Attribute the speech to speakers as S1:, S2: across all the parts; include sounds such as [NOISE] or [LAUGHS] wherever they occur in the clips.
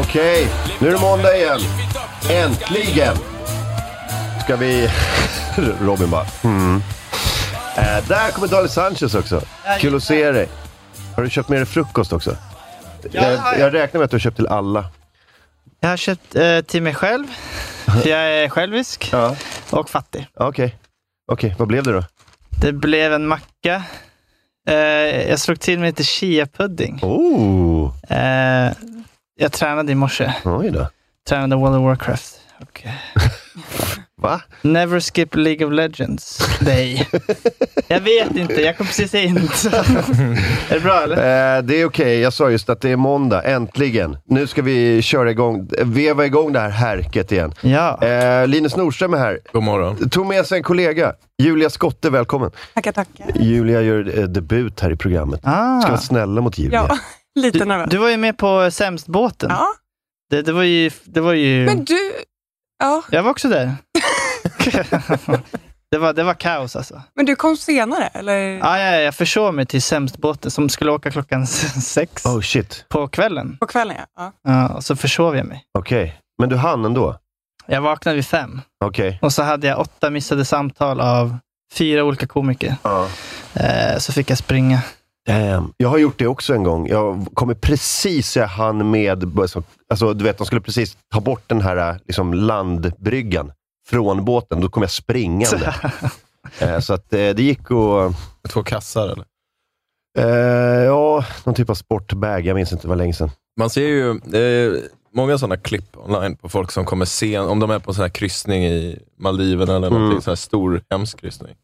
S1: Okej, nu är det måndag igen. Äntligen! Ska vi... [LAUGHS] Robin bara... Mm. Eh, där kommer Daniel Sanchez också. Kul att se dig. Har du köpt med dig frukost också? Jag, jag räknar med att du har köpt till alla.
S2: Jag har köpt eh, till mig själv.
S1: [LAUGHS]
S2: Jag är självisk
S1: Ja.
S2: och fattig.
S1: Okej. Okej, vad blev det då?
S2: Det blev en macka. Eh, jag slog till med lite chiapudding.
S1: Oh,
S2: Eh, jag tränade i morse.
S1: oj då.
S2: Tränade World of Warcraft. Och, eh,
S1: Va?
S2: Never skip League of Legends day.
S1: [LAUGHS]
S2: jag vet inte, jag kom precis in. Så. är det bra eller?
S1: Eh, det är okej, jag sa just att det är måndag. Äntligen. Nu ska vi köra igång, veva igång det här härket igen.
S2: Ja.
S1: Eh, Linus Nordström är här.
S3: God morgon.
S1: Tog med sig en kollega. Julia Skotte, välkommen.
S4: Tackar, tackar.
S1: Julia gör eh, debut här i programmet. Ska
S2: Ah,
S1: vara snälla mot Julia.
S4: Ja, [LAUGHS] lite
S2: du,
S4: nervös.
S2: du var ju med på Sämstbåten.
S4: Ja,
S2: Det, det var ju... Det var ju...
S4: men du... Ja,
S2: Jag var också
S4: [LAUGHS]
S2: där. [LAUGHS] det, var, det var kaos alltså.
S4: men du kom senare, eller?
S2: Ah, ja, ja, jag försov mig till Sämstbåten som skulle åka klockan s- sex
S1: Oh shit,
S2: på kvällen.
S4: På kvällen, ja. ja.
S2: Ja, och så försov jag mig.
S1: okej. Men du hann ändå?
S2: Jag vaknade vid fem
S1: Okej.
S2: och så hade jag åtta missade samtal av fyra olika komiker.
S1: Ja.
S2: Eh, så fick jag springa.
S1: Damn. Jag har gjort det också en gång. Jag kommer precis, jag hann med, alltså, du vet, de skulle precis ta bort den här eh, liksom, landbryggan från båten. Då kom jag springande. Eh, Så att eh, det gick och...
S3: Två kassar eller?
S1: Eh, ja, någon typ av sportbag. Jag minns inte, det var länge sedan.
S3: Man ser ju eh, många sådana klipp online på folk som kommer sen, om de är på en sån här kryssning i Maldiverna eller någonting,
S1: Mm.
S3: sån här stor hemsk kryssning.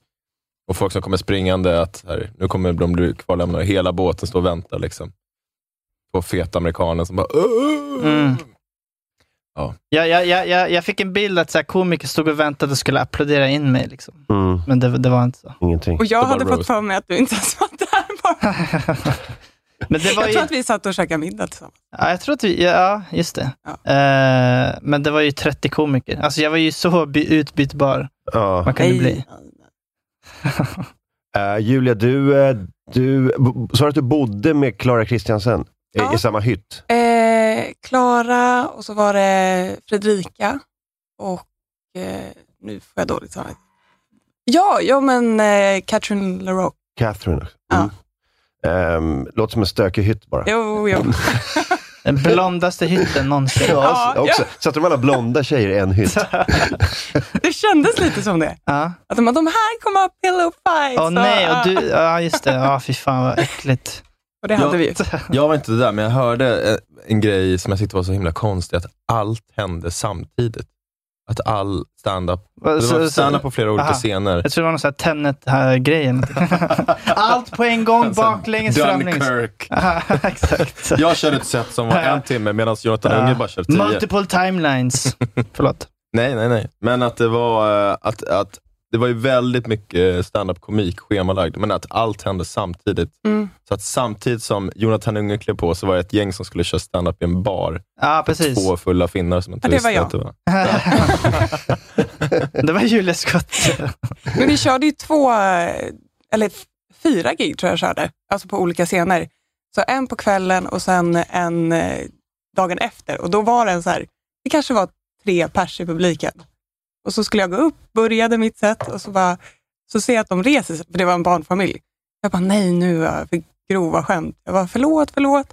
S3: Och folk som kommer springande att här, nu kommer de bli kvarlämnade. Hela båten står och väntar liksom. På feta amerikanen som bara "Åh!"
S2: Mm.
S3: Ja.
S2: Jag, jag, jag, jag, jag fick en bild att så här, komiker stod och väntade och skulle applådera in mig. Liksom.
S1: Mm,
S2: Men det, det var inte så. [LAUGHS]
S1: ingenting.
S4: Och jag
S3: Då bara
S4: hade fått
S3: roast.
S4: för mig att du inte ens var där. Bara.
S2: Men det var
S4: Jag
S2: ju...
S4: tror att vi satt och käkade middag tillsammans.
S2: Ja, jag tror att vi, ja just det. Eh, men det var ju 30 komiker. Alltså jag var ju så by- utbytbar
S1: Ja.
S2: man kunde bli. [LAUGHS]
S1: Eh, Julia, du, eh, du b- sa du att du bodde med Clara Kristiansen i,
S4: Ja.
S1: i samma hytt?
S4: Eh, Klara och så var det Fredrika och eh, nu får jag dåligt samvete. Ja, ja men eh, Catherine LaRocque.
S1: Catherine också.
S4: Ja.
S1: Mm. Ehm, låter som en stökig hytt bara.
S2: [LAUGHS]
S4: Jo, jo.
S2: Den blondaste hytten någonsin.
S1: Ja,
S4: Ja,
S1: också. Satte de alla blonda tjejer i en
S4: [LAUGHS]
S1: hytt?
S4: Det kändes lite som det.
S2: Ja.
S4: Att de, bara, de här kommer ha pillow fights.
S2: Åh
S4: och-
S2: nej, och du, ja just det. Ja, fy fan vad äckligt.
S4: och det hade
S3: Ja.
S4: vi ju.
S3: Jag var inte där, men jag hörde eh, en grej som jag tyckte var så himla konstig, att allt hände samtidigt. Att all stand-up, det var
S2: Så-
S3: stand-up
S2: så-
S3: på flera olika
S2: Aha.
S3: scener.
S2: Jag tror det var någon sån här
S3: [LAUGHS]
S2: Tenet-grejen. Allt på en
S3: Alltså,
S2: gång, baklänges, framlänges. [LAUGHS]
S3: Dunkirk.
S2: Aha, Exakt.
S3: Jag körde ett set [LAUGHS] som var en timme medan Jonathan
S2: Ja.
S3: Unge bara körde typ tio.
S2: Multiple timelines. Förlåt.
S3: Nej, nej, nej. Men att det var, eh, att, att, det var ju väldigt mycket eh, stand-up komik schemalagd, men att allt hände samtidigt.
S4: Mm.
S3: Så att samtidigt som Jonathan Unge klev på så var det ett gäng som skulle köra stand-up i en bar.
S2: Ja, precis.
S3: Två fulla finnar som inte
S4: Ja, det var
S3: visste
S4: jag.
S3: att det [LAUGHS]
S2: [LAUGHS]
S3: var.
S2: Det var Julia Skott.
S4: Men vi körde ju två, eh, eller f- fyra gig tror jag körde, alltså på olika scener. Så en på kvällen och sen en eh, dagen efter. Och då var det en så här, det kanske var tre pers i publiken. Och så skulle jag gå upp, började mitt set och så bara Så ser jag att de reser sig, för det var en barnfamilj. Jag bara, nej nu var jag för grova skämt. Jag bara, förlåt, förlåt.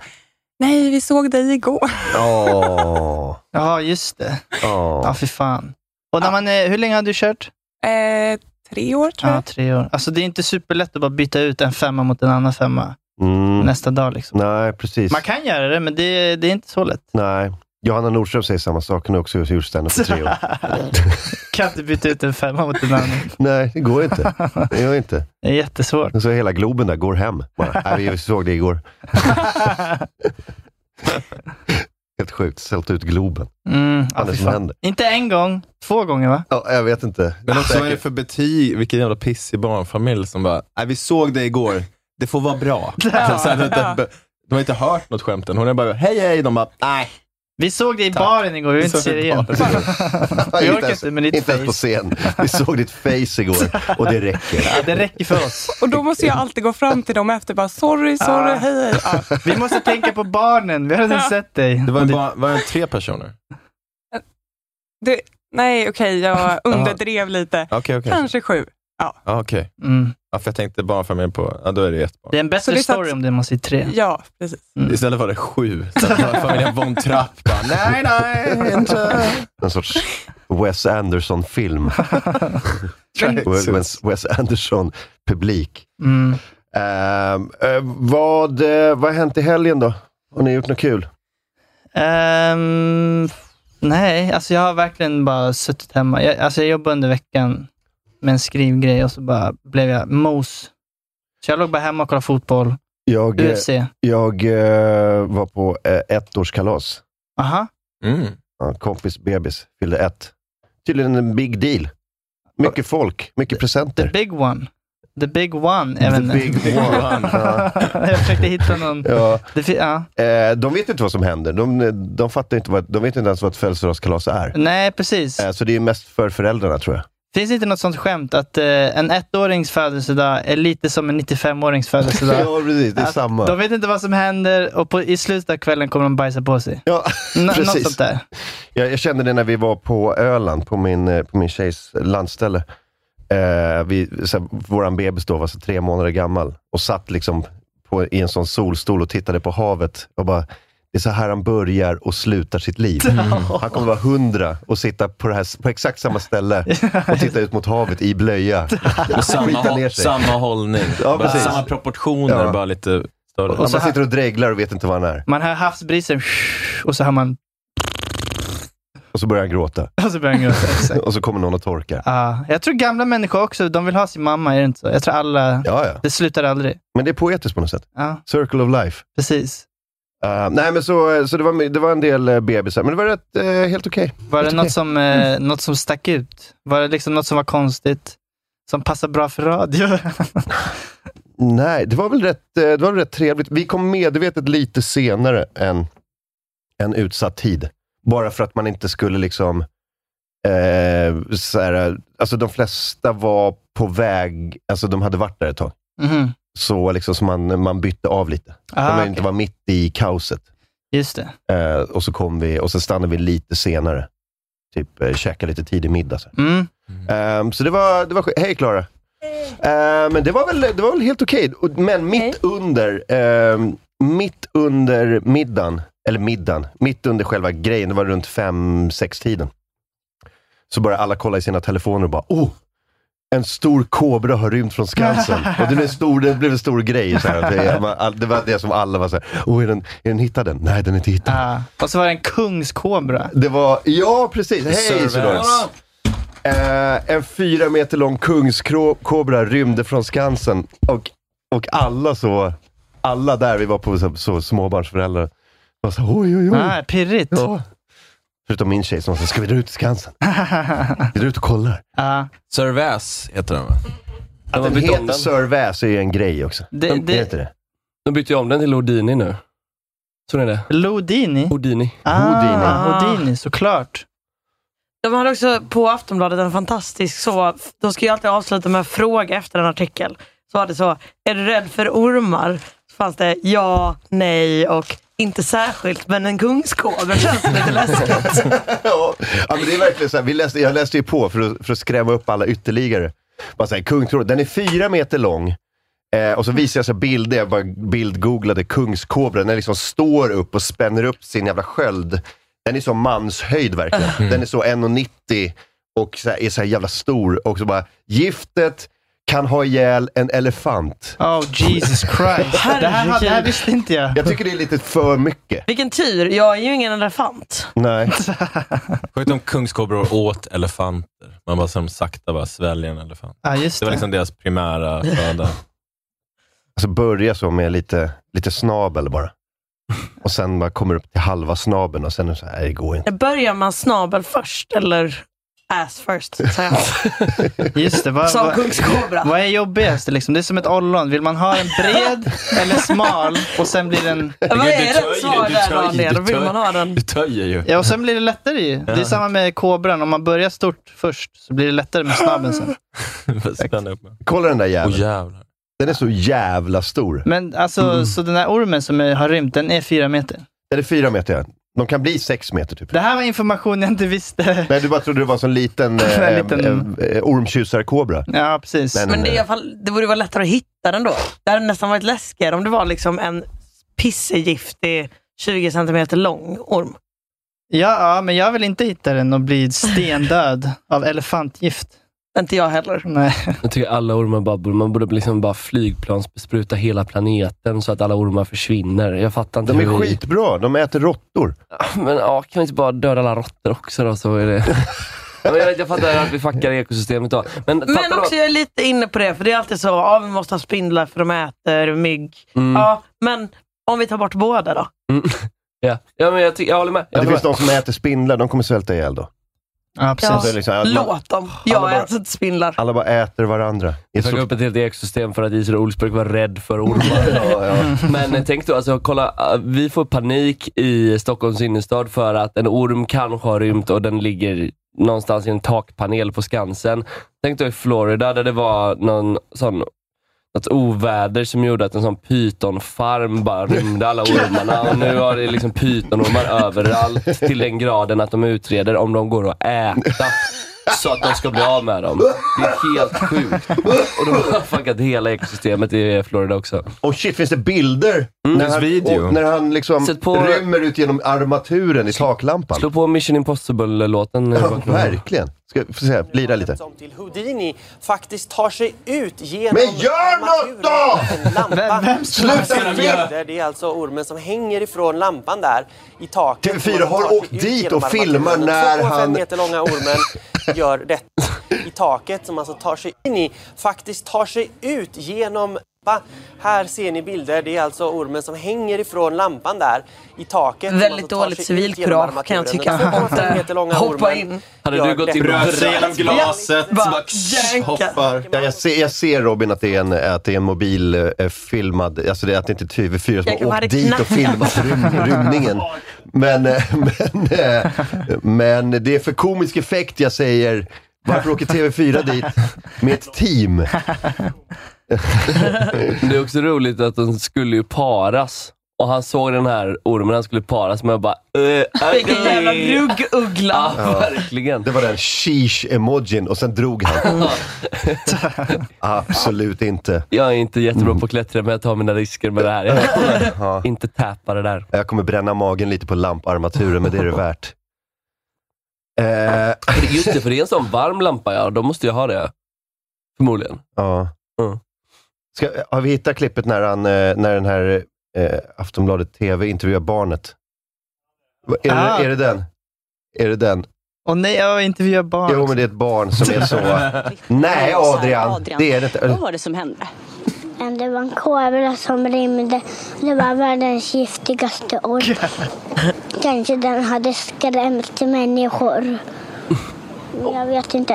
S4: Nej, vi såg dig igår. [LAUGHS]
S1: Åh.
S2: Ja, just det. Ja,
S1: Åh.
S2: fy fan. Och när man är, hur länge har du kört?
S4: Eh, tre år tror
S2: Ja,
S4: jag.
S2: tre år. Alltså det är inte superlätt att bara byta ut en femma mot en annan femma
S1: Mm.
S2: nästa dag. Liksom.
S1: Nej, precis.
S2: Man kan göra det, men det, det är inte så lätt.
S1: Nej. Johanna Nordström säger samma sak. Hon har också gjort standup på
S4: [LAUGHS]
S1: tre år.
S2: [LAUGHS] kan inte byta ut en femma mot en annan.
S1: Nej, det går inte. Det gör inte.
S2: Det är jättesvårt.
S1: Så hela Globen där går hem.
S4: [LAUGHS]
S1: Bara, Nej, vi såg det igår. Helt sjukt. Sält ut Globen.
S2: Mm,
S1: Vad
S2: ja,
S1: är det
S2: fy
S1: som
S2: fan.
S1: händer?
S2: Inte en gång, två gånger va?
S1: Ja, jag vet inte.
S3: Men också Alltså, vad är det för betyg, vilken jävla pissig barnfamilj som bara, nej vi såg det igår, det får vara [LAUGHS] bra. Alltså, så här, det- det- de har inte hört något skämt än. Hon är bara, hej hej, de bara, nej.
S2: Vi såg det i
S3: Tack.
S2: baren igår, vi vill
S3: Vi
S2: inte
S3: såg
S2: se
S3: det
S2: det
S3: i
S2: igen.
S3: baren.
S1: Nej,
S2: Jag orkar inte med ditt
S1: inte ens på
S2: face.
S1: scen. Vi såg ditt face igår och det räcker.
S2: Ja, det räcker för oss.
S4: Och då måste jag alltid gå fram till dem efter bara, sorry, sorry,
S2: Ah.
S4: hej, hej. Ja.
S2: Vi måste tänka på barnen, vi har redan sett dig.
S3: Det var, ju bara, var det tre personer?
S4: Det, nej,
S3: [LAUGHS]
S4: okej, jag underdrev lite.
S3: Okej, okej.
S4: Kanske sju.
S3: Ja, okej.
S2: Mm.
S3: Ja, för jag tänkte barnfamilj på, ja då är det ett barn.
S2: Det är en
S4: Så
S2: bättre
S4: det är så
S2: story
S4: att-
S2: om det man ser tre.
S4: Ja, precis.
S3: Istället var det sju. Så att Barnfamiljen von Trapp
S1: [LAUGHS]
S3: bara, nej nej, inte.
S1: En sorts Wes Anderson-film. Wes, Wes Anderson-publik.
S2: Mm.
S1: Ehm, eh, vad, eh, vad har hänt i helgen då? Har ni gjort något kul?
S2: Ehm, nej, alltså jag har verkligen bara suttit hemma. Jag, alltså jag jobbade under veckan med en skrivgrej och så bara blev jag mos. Så jag låg bara hemma och kollade fotboll,
S1: Jag, eh,
S2: UFC.
S1: jag eh, var på eh, ettårskalas.
S2: Aha.
S3: Mm.
S1: Ja, kompis bebis fyllde ett. Tydligen en big deal. Mycket folk, mycket
S2: The
S1: presenter.
S2: big one. The big one.
S1: The
S2: även. [LAUGHS]
S1: big one. Ja.
S2: jag försökte hitta någon.
S1: [LAUGHS] Ja.
S2: Det fi- ja.
S1: Eh, de vet inte vad som händer. De, de, fattar inte vad, de vet inte ens vad ett födelsedagskalas är.
S2: Nej, precis.
S1: Eh, så det är mest för föräldrarna, tror jag.
S2: Finns det inte något sånt skämt att eh, en ettårings födelsedag är lite som en 95-årings födelsedag?
S1: [LAUGHS] ja, precis. Det är
S2: Att
S1: samma.
S2: De vet inte vad som händer och på, i slutet av kvällen kommer de bajsa på sig.
S1: Ja,
S2: N- något
S1: precis.
S2: sånt där.
S1: Jag, jag kände det när vi var på Öland, på min, eh, på min tjejs landställe. Eh, vi, så här, våran bebis då var så tre månader gammal och satt liksom på, i en sån solstol och tittade på havet. Och bara, det är så här han börjar och slutar sitt liv.
S2: Mm.
S1: Han kommer vara hundra och sitta på, det här, på exakt samma ställe och titta ut mot havet
S2: [LAUGHS]
S1: i blöja.
S3: Och samma,
S1: [LAUGHS] Skita
S3: hå-
S1: ner sig.
S3: samma hållning. bara,
S1: Ja, precis.
S3: samma proportioner,
S1: Ja.
S3: bara lite större.
S2: Och
S1: Han
S2: så
S1: bara
S2: här-
S1: sitter och dreglar och vet inte vad han är.
S2: Man hör havsbrisen [LAUGHS] och så hör man... [LAUGHS]
S1: Och så börjar han gråta.
S2: Och så börjar den
S1: [LAUGHS]
S2: gråta. Exakt.
S1: Och så kommer någon och torkar.
S2: Ja, jag tror gamla människor också, de vill ha sin mamma, är det inte så? Jag tror alla...
S1: Ja, ja.
S2: Det slutar aldrig.
S1: Men det är poetiskt på något sätt.
S2: Ja,
S1: Circle of life.
S2: precis.
S1: Eh, nej, men så, så det, var, det var en del eh, bebisar, men det var rätt, eh, helt okej.
S2: Var det något som, eh, något som stack ut? Var det liksom något som var konstigt? Som passar bra för radio? [LAUGHS]
S1: Nej, det var, väl rätt, eh, det var väl rätt trevligt. Vi kom medvetet lite senare än, än utsatt tid. Bara för att man inte skulle liksom... Eh, så här, alltså de flesta var på väg, alltså de hade varit där ett tag.
S2: Mhm.
S1: Så, liksom, så man, man bytte av lite.
S2: Ah,
S1: man
S2: okej.
S1: inte var mitt i kaoset.
S2: Just det.
S1: Eh, och så kom vi och så stannade vi lite senare. Typ eh, käka lite tidig middag. Så,
S2: Mm.
S1: Ehm, så det var, det var sk- Hej Klara! Ehm, men det var väl, det var väl helt okej. Och- Men mitt under ehm, mitt under middagen, eller middagen, mitt under själva grejen, det var runt fem sex tiden så började alla kolla i sina telefoner och bara oh, en stor kobra har rymt från Skansen. och det blev, stor, det blev en stor grej. Så här, att det, det var det som alla var såhär, oh, är, den, är den hittad än? Nej, den är inte hittad.
S2: Ah. Och så var det en kungskobra.
S1: Det var, ja precis, hej
S3: Servus.
S1: Isidor! Eh, en fyra meter lång kungskobra rymde från Skansen och, och alla så, alla där, vi var på så, så småbarnsföräldrar, var så oj oj oj.
S2: Ah, pirrigt. [LAUGHS]
S1: Ja. Förutom min tjej som sa, ska vi dra ut till Skansen? Vi drar ut och kollar.
S2: Ja,
S3: Sir Väs heter den va?
S1: Att den heter Sir Väs är ju en grej också.
S2: det,
S1: Det
S2: det,
S1: heter det.
S5: Nu bytte jag om den till Houdini nu. Tror ni det?
S2: Lodini?
S5: Houdini.
S2: Ah, Houdini, såklart.
S6: De hade också på Aftonbladet en fantastisk så, de ska ju alltid avsluta med en fråga efter en artikel. Så var det så, är du rädd för ormar? Så fanns det ja, nej och inte särskilt, men en kungskobra känns lite
S4: [LAUGHS]
S6: läskigt.
S1: ja, men det är verkligen så här, vi läste, jag läste ju på för att, för att skrämma upp alla ytterligare. Bara så här, Kungsträdgården, den är fyra meter lång. Eh, och så visar jag så här bilder, jag bara bildgooglade kungskobran. Den liksom står upp och spänner upp sin jävla sköld. Den är så manshöjd verkligen. Den är så 1,90 och så här, är så här jävla stor. Och så bara, giftet kan ha ihjäl en elefant.
S2: Oh Jesus Christ. det, här, hade- det här visste inte jag.
S1: Jag tycker det är lite för mycket.
S6: Vilken tur, jag är ju ingen elefant.
S1: Nej.
S3: Sjukt om kungskobror åt elefanter. Man bara som sakta bara sväljer en elefant.
S2: Ja, Ah, just
S3: Det var liksom deras primära föda.
S1: [LAUGHS] Alltså börja så med lite, lite snabel bara. Och sen bara kommer upp till halva snabeln och sen är det så här, nej, det går inte. [LAUGHS]
S6: Börjar man snabel först eller ass first? så att
S3: [LAUGHS]
S6: säga.
S2: Just det. Vad,
S6: Som
S2: vad,
S6: kungskobra.
S2: vad är jobbigast? Liksom? Det är som ett ollon. Vill man ha en bred eller smal och sen blir den...
S6: Vad
S3: Herregud,
S6: är
S3: du
S6: rätt
S3: töjer,
S6: svar
S3: du
S6: där
S3: töjer,
S6: Daniel?
S3: du
S6: Då vill
S3: töjer.
S6: man ha den.
S3: Du töjer ju.
S2: Ja, och sen blir det lättare ju. Det är samma med kobran. Om man börjar stort först så blir det lättare med snabben sen.
S3: Spänn upp mig.
S1: Kolla den där jäveln.
S3: Åh jävlar.
S1: Den är så jävla stor.
S2: Men alltså,
S1: Mm.
S2: så den här ormen som är- har rymt, den är fyra meter.
S1: Den är fyra meter. ja. De kan bli sex meter typ.
S2: Det här var information jag inte visste. [LAUGHS]
S1: Nej, du bara trodde det var en sån liten, eh,
S2: En liten-
S1: eh, eh, ormkysarkobra.
S2: Ja, precis.
S1: Nej, nej,
S6: Men det, är i
S1: nej.
S6: alla fall, det borde vara lättare att hitta den då. Det hade nästan varit läskigare om det var liksom en pissegiftig 20 centimeter lång orm.
S2: Ja, ja, men jag vill inte hitta den och bli stendöd [LAUGHS] av elefantgift.
S6: Inte jag heller.
S2: Nej.
S5: Jag tycker alla ormar bara, borde- man borde liksom bara flygplansbespruta hela planeten så att alla ormar försvinner. Jag fattar inte
S1: De är
S5: hur vi-
S1: skitbra. De äter råttor.
S5: Men ja, kan vi inte bara döda alla råttor också då så är
S1: [LAUGHS]
S5: det... Ja, men jag, vet, jag fattar att vi fuckar ekosystemet då. Men,
S6: Men
S5: fattar
S6: också
S5: du...
S6: jag är lite inne på det, för det är alltid så, ja vi måste ha spindlar för de äter mygg.
S5: Mm,
S6: Ja, men om vi tar bort båda då?
S5: ja. ja, men jag, tycker- jag håller med. Jag
S1: det
S5: håller
S1: finns
S5: med.
S1: de som äter spindlar. De kommer svälta ihjäl då.
S2: Ja, precis.
S1: Så det är liksom, att man,
S6: Låt dem. Jag
S1: bara-
S6: äter inte spindlar.
S1: alla bara äter varandra. Det
S5: Jag
S1: är så-
S5: upp ett helt ekosystem för att Israel Olsberg var rädd för ormar.
S1: Ja, ja.
S5: Men eh, tänk då, alltså, kolla, eh, vi får panik i Stockholms innerstad för att en orm kanske har rymt och den ligger någonstans i en takpanel på Skansen. Tänk då i Florida där det var någon sån något oväder som gjorde att en sån pytonfarm bara rymde alla ormarna. Och nu har det liksom pytonormar överallt till den graden att de utreder om de går att äta. Så att de ska bli av med dem. Det är helt sjukt. Och de har fuckat hela ekosystemet i Florida också.
S1: Och shit, finns det bilder? när,
S3: Finns
S1: han,
S3: video.
S1: och när han liksom
S5: Sätt på-
S1: rymmer ut genom armaturen i taklampan.
S5: Slå på Mission Impossible-låten. eh,
S1: Ja,
S5: bakom.
S1: verkligen. Ska vi få se, lira lite.
S7: som till Houdini faktiskt tar sig ut genom
S1: Men gör något då!
S7: armaturen, lampan.
S2: Vem- vem
S1: slutar
S7: det? Det är alltså ormen som hänger ifrån lampan där i taket.
S1: TV4 har
S7: Tar sig
S1: åkt
S7: ut
S1: dit
S7: genom
S1: och filmar
S7: armaturen.
S1: när
S7: Den 2,5
S1: han-
S7: meter
S1: [LAUGHS]
S7: långa ormen gör detta i taket som alltså tar sig in i, faktiskt tar sig ut genom lampan. här ser ni bilder. Det är alltså ormen som hänger ifrån lampan där i taket. som
S6: Väldigt
S7: alltså tar
S6: dåligt
S7: sig ut genom
S6: civilkurage kan jag
S7: armaturen.
S6: tycka.
S7: Den 2,5 meter långa
S6: Hoppa
S7: ormen
S6: in.
S5: Hade
S7: gör
S5: du gått in
S7: detta.
S5: och
S3: Bröt sig genom glaset.
S6: Bara jänka.
S1: Hoppar. Ja, jag, ser, jag ser Robin att det är en, att det är en mobil eh, filmad, alltså det, är att det inte är TV4 som
S6: Jag kan
S1: har
S6: bara
S1: åkt dit och
S6: knacka.
S1: filmat rym, rymningen. Men, eh, [LAUGHS] men, eh, men det är för komisk effekt jag säger, varför åker TV4 dit med ett team?
S5: Det är också roligt att de skulle ju paras. Och han såg den här ormen han skulle paras med och bara... Äh,
S6: Vilken jävla
S5: Ja,
S6: rugguggla.
S5: verkligen.
S1: Det var den sheesh-emojin och sen drog han. [LAUGHS] Absolut inte.
S5: Jag är inte jättebra på att klättra, men jag tar mina risker med det här. Jag kommer inte täppa det där.
S1: Jag kommer bränna magen lite på lamparmaturen, men det är det värt. Eh,
S5: För Just det, för det är en sån varm lampa, ja. Då måste jag ha det. Förmodligen.
S1: Ja.
S5: Mm.
S1: Ska, har vi hittat klippet när, han, eh, när den här eh, Aftonbladet TV intervjuar barnet? Va- Är,
S2: Ah.
S1: det, är det den? Är det den?
S2: Och nej, jag intervjuar barn.
S1: Jo, men det är ett barn som är så... Nej, Adrian, Det är det inte.
S8: var det som hände?
S7: Det var en kobra som rymde. Det var världens giftigaste orm. Kanske den hade skrämt människor. Jag vet inte.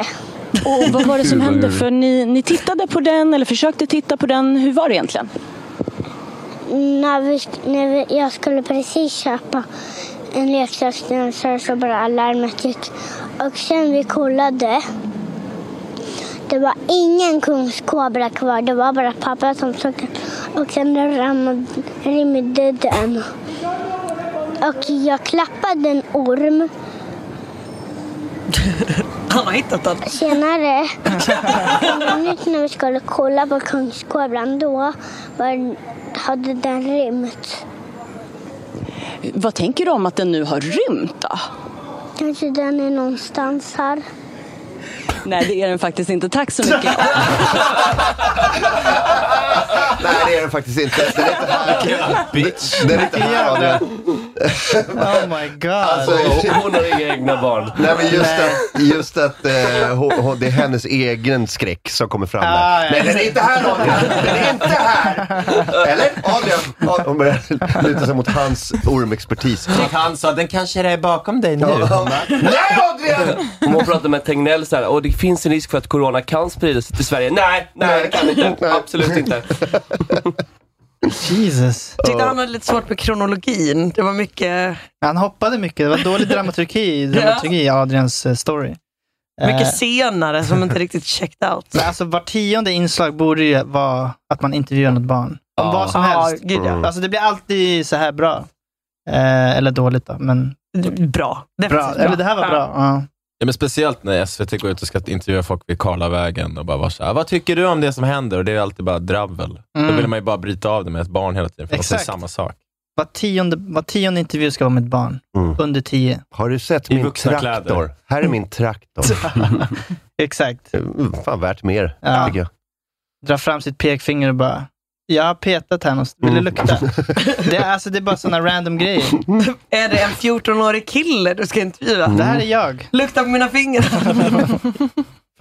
S8: Och vad var det som hände? För ni, ni tittade på den eller försökte titta på den. Hur var det egentligen?
S7: När, vi, när vi, jag skulle precis köpa en leksaksdansare så bara alarmet gick. Och sen vi kollade. Det var ingen kungskobra kvar. Det var bara pappa som såg den. Och sen ramade- rymde den. Och jag klappade en orm.
S6: Han har hittat den.
S7: Senare, minut när vi skulle kolla på Kungsträdgården, då var, hade den rymt.
S8: Vad tänker du om att den nu har rymt då?
S7: Kanske den är någonstans här.
S8: Nej, det är den faktiskt inte. Tack så mycket.
S1: Nej, det är den faktiskt inte. Den är inte här. Bitch. Den är inte här, [LAUGHS] Adrian.
S2: Oh my god.
S1: Alltså,
S5: Hon har inga egna barn.
S1: Nej, men just att, just att eh, hon, hon, det är hennes egen skräck som kommer fram
S2: Ah,
S1: där.
S2: ja.
S1: Nej, den är inte
S2: [LAUGHS]
S1: här Adrian! Den är inte här! Eller? Adrian! Ad- Hon börjar luta sig mot hans ormexpertis.
S3: Han sa, den kanske är bakom dig nu.
S1: Nej Adrian!
S5: Om hon pratar med Tegnell så här, och det finns en risk för att corona kan spridas till Sverige. Nej, nej det kan inte. Absolut inte.
S2: Jesus.
S6: Tyckte han hade lite svårt med kronologin. Det var mycket,
S2: Han hoppade mycket. Det var dålig dramaturgi, dramaturgi i Adrians eh, story.
S6: mycket
S2: Eh,
S6: senare som inte riktigt checked out.
S2: men alltså, var tionde inslag borde ju vara att man intervjuar något barn. Om
S5: Ja.
S2: vad som
S6: Ja,
S2: helst.
S6: gud ja.
S2: Alltså, det blir alltid så här bra. Eh, eller dåligt då, men
S6: Bra.
S2: bra.
S6: Definitivt bra.
S2: Eller det här var bra. Ja.
S3: Ja, men speciellt när SVT går ut och ska intervjua folk vid Karlavägen och bara vara så här, vad tycker du om det som händer? Och det är alltid bara dravel.
S2: Mm.
S3: Då vill man ju bara bryta av det med ett barn hela tiden, för Exakt. de
S2: Exakt.
S3: säger samma sak.
S2: Var tionde, var tionde intervju ska vara med ett barn.
S1: Mm.
S2: Under tio.
S1: Har du sett
S3: I
S1: min
S3: vuxna
S1: traktor?
S3: kläder.
S1: Här är
S2: [LAUGHS]
S1: min traktor.
S2: Exakt.
S1: Mm, Fan, värt mer,
S2: Ja.
S1: tycker jag.
S2: Dra fram sitt pekfinger och bara, jag har petat här någonstans. Vill du
S1: Mm.
S2: lukta? [LAUGHS] Det är, alltså, det är bara sådana random grejer.
S6: Är det en 14-årig kille du ska intervjua?
S2: Det här är jag.
S6: Lukta på mina fingrar.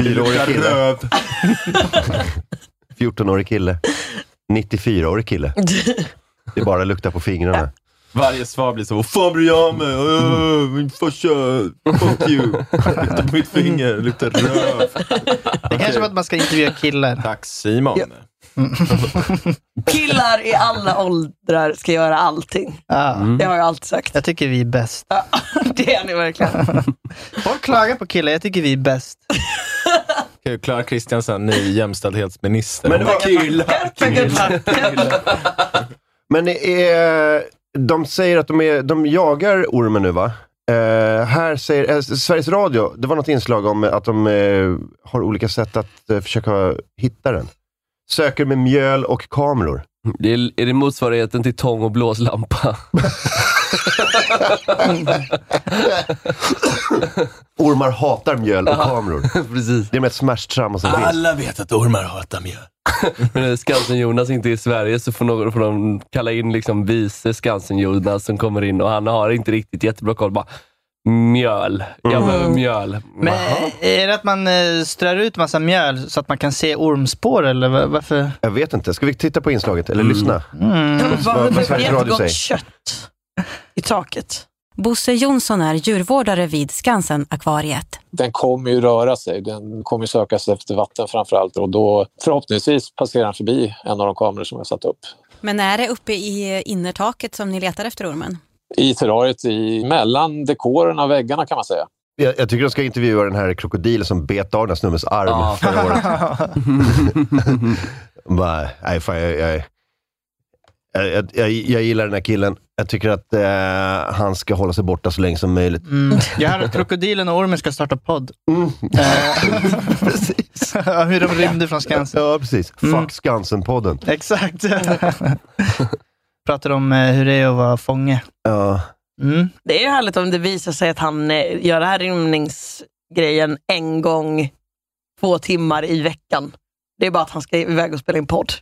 S1: Fyraårig kille. [LAUGHS] 14-årig kille. 94-årig kille. Det är bara att lukta på fingrarna.
S3: Varje svar blir så, vad fan bryr jag mig? Öh,
S1: Mm.
S3: Min farsa, fuck you. Lukta på mitt finger, lukta röv.
S2: Det kanske var att man ska intervjua killar.
S3: Tack Simon.
S6: Killar i alla åldrar ska göra allting.
S2: Mm. Ja.
S6: Det har jag alltid sagt.
S2: Jag tycker vi är bäst.
S6: [LAUGHS] Det är ni verkligen.
S2: Folk klagar på killar, jag tycker vi är bäst.
S3: Okej, Clara Kristiansen, ny jämställdhetsminister.
S1: Men det var-
S3: killar.
S1: Men det är, de säger att de, är, de jagar ormen nu, va? Eh, här säger, eh, Sveriges Radio, det var något inslag om att de eh, har olika sätt att eh, försöka hitta den. Söker med mjöl och kameror.
S5: Det är, är det motsvarigheten till tång och
S1: [LAUGHS]
S5: blåslampa?
S1: Ormar hatar mjöl och kameror.
S5: Precis.
S1: Det är det mest smärtsamma som finns.
S3: vet att ormar hatar mjöl.
S5: Men när Skansen-Jonas inte är i Sverige så får, någon, får de kalla in liksom vice Skansen-Jonas som kommer in och han har inte riktigt jättebra koll. Bara, mjöl.
S1: Mm.
S5: Jag behöver mjöl.
S2: Men är det att man eh, strör ut massa mjöl så att man kan se ormspår eller va- varför?
S1: Jag vet inte, ska vi titta på inslaget? Eller lyssna?
S2: Mm.
S1: Vad- vad Sveriges Radio
S6: Jättegott
S1: säger.
S6: kött i taket.
S9: [LAUGHS] Bosse Jonsson är djurvårdare vid Skansen-akvariet.
S10: den kommer ju röra sig. Den kommer ju söka sig efter vatten framför allt och då förhoppningsvis passerar den förbi en av de kameror som jag satt upp.
S9: Men är det uppe i innertaket som ni letar efter ormen?
S10: I terrariet, i, mellan dekorerna, väggarna kan man säga.
S1: Jag, jag tycker de ska intervjua den här krokodilen som bet av den här snubbens arm
S5: Ja.
S1: förra året.
S2: [LAUGHS]
S1: Bara, nej, fan, jag, jag, jag, jag, jag, jag gillar den här killen. Jag tycker att eh, han ska hålla sig borta så länge som möjligt.
S2: Mm. Jag hörde att krokodilen och ormen ska starta podd. Eh, [LAUGHS]
S1: precis.
S2: Hur de rymde från Skansen.
S1: Ja, precis.
S2: Mm.
S1: Fuck Skansen-podden.
S2: Exakt. Pratar om eh, hur det är att vara fånge.
S1: Ja.
S2: Mm.
S6: Det är ju härligt om det visar sig att han eh, gör den här rymningsgrejen en gång två timmar i veckan. Det är bara att han ska iväg och spela in podd.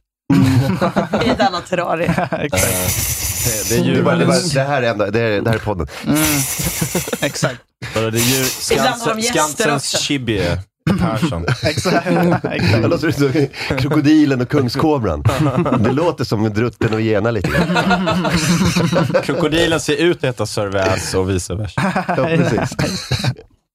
S6: [LAUGHS] I denna terrarie.
S2: Exakt.
S3: Eh, Det är
S1: Det, var, det,
S3: djurens...
S1: var, det, här är enda, det, här, det här är
S2: [LAUGHS]
S1: podden.
S2: Mm. Exakt.
S3: Vadå, det är djur...
S6: Ibland har de
S3: Skansen,
S6: gäster
S3: Skansens
S6: också.
S3: Chibie [LAUGHS] Persson.
S2: Exakt.
S1: Det
S2: Exakt.
S1: låter som krokodilen
S2: [LAUGHS]
S1: och kungskobran. Det låter som Drutten och Gena lite grann.
S3: Krokodilen ser ut att heta Sir Väs och vice versa.
S1: Ja, precis.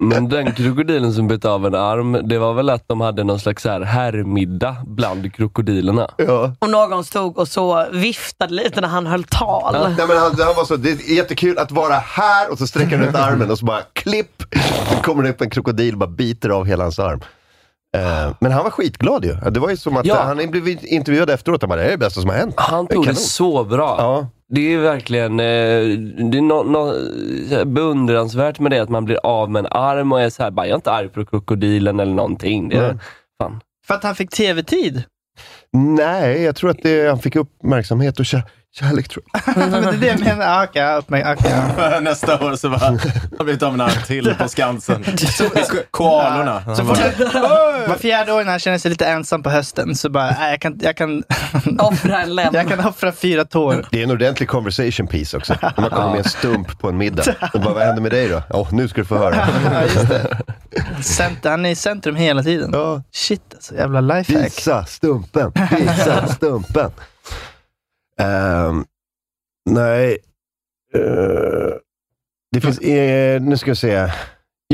S5: Men den krokodilen som bet av en arm, det var väl att de hade någon slags så här herrmiddag bland krokodilerna?
S1: Ja.
S6: Och någon stod och så viftade lite när han höll tal.
S1: Nej, men han, han var så, det är jättekul att vara här och så sträcker han ut armen och så bara klipp! Då kommer det upp en krokodil och bara biter av hela hans arm. Eh, men han var skitglad ju. Det var ju som att
S5: Ja.
S1: han blev intervjuad efteråt. Han bara, det här är det bästa som har hänt.
S5: Han tog det
S1: Kanon.
S5: så bra.
S1: Ja.
S5: Det är verkligen eh, det är no, no, så här beundransvärt med det, att man blir av med en arm och är så här, bara, jag är inte arg på krokodilen eller någonting. Det är,
S1: Nej.
S5: fan.
S2: För att han fick tv-tid?
S1: Nej, jag tror att det, han fick uppmärksamhet och kär, kärlek. Tror jag.
S2: Men det är det jag menar. Ah, Okej, ja, uppmär- okej, ja.
S3: [LAUGHS] Nästa år [LAUGHS] så bara, har vi blivit av med en arm till på Skansen. Koalorna.
S2: Så fort var fjärde år när han känner sig lite ensam på hösten så bara, nej, jag kan, jag kan,
S6: Offra en läm.
S2: jag kan offra fyra tår.
S1: [LAUGHS] Det är en ordentlig conversation piece också. När man kommer med en stump på en middag. Och bara, vad händer med dig då? Åh, nu ska du få höra.
S2: Ja, just det. Cent- han är i centrum hela tiden. Shit alltså, jävla lifehack.
S1: Visa stumpen, visa stumpen. Ehm, nej, Eh, det finns, eh, nu ska jag se.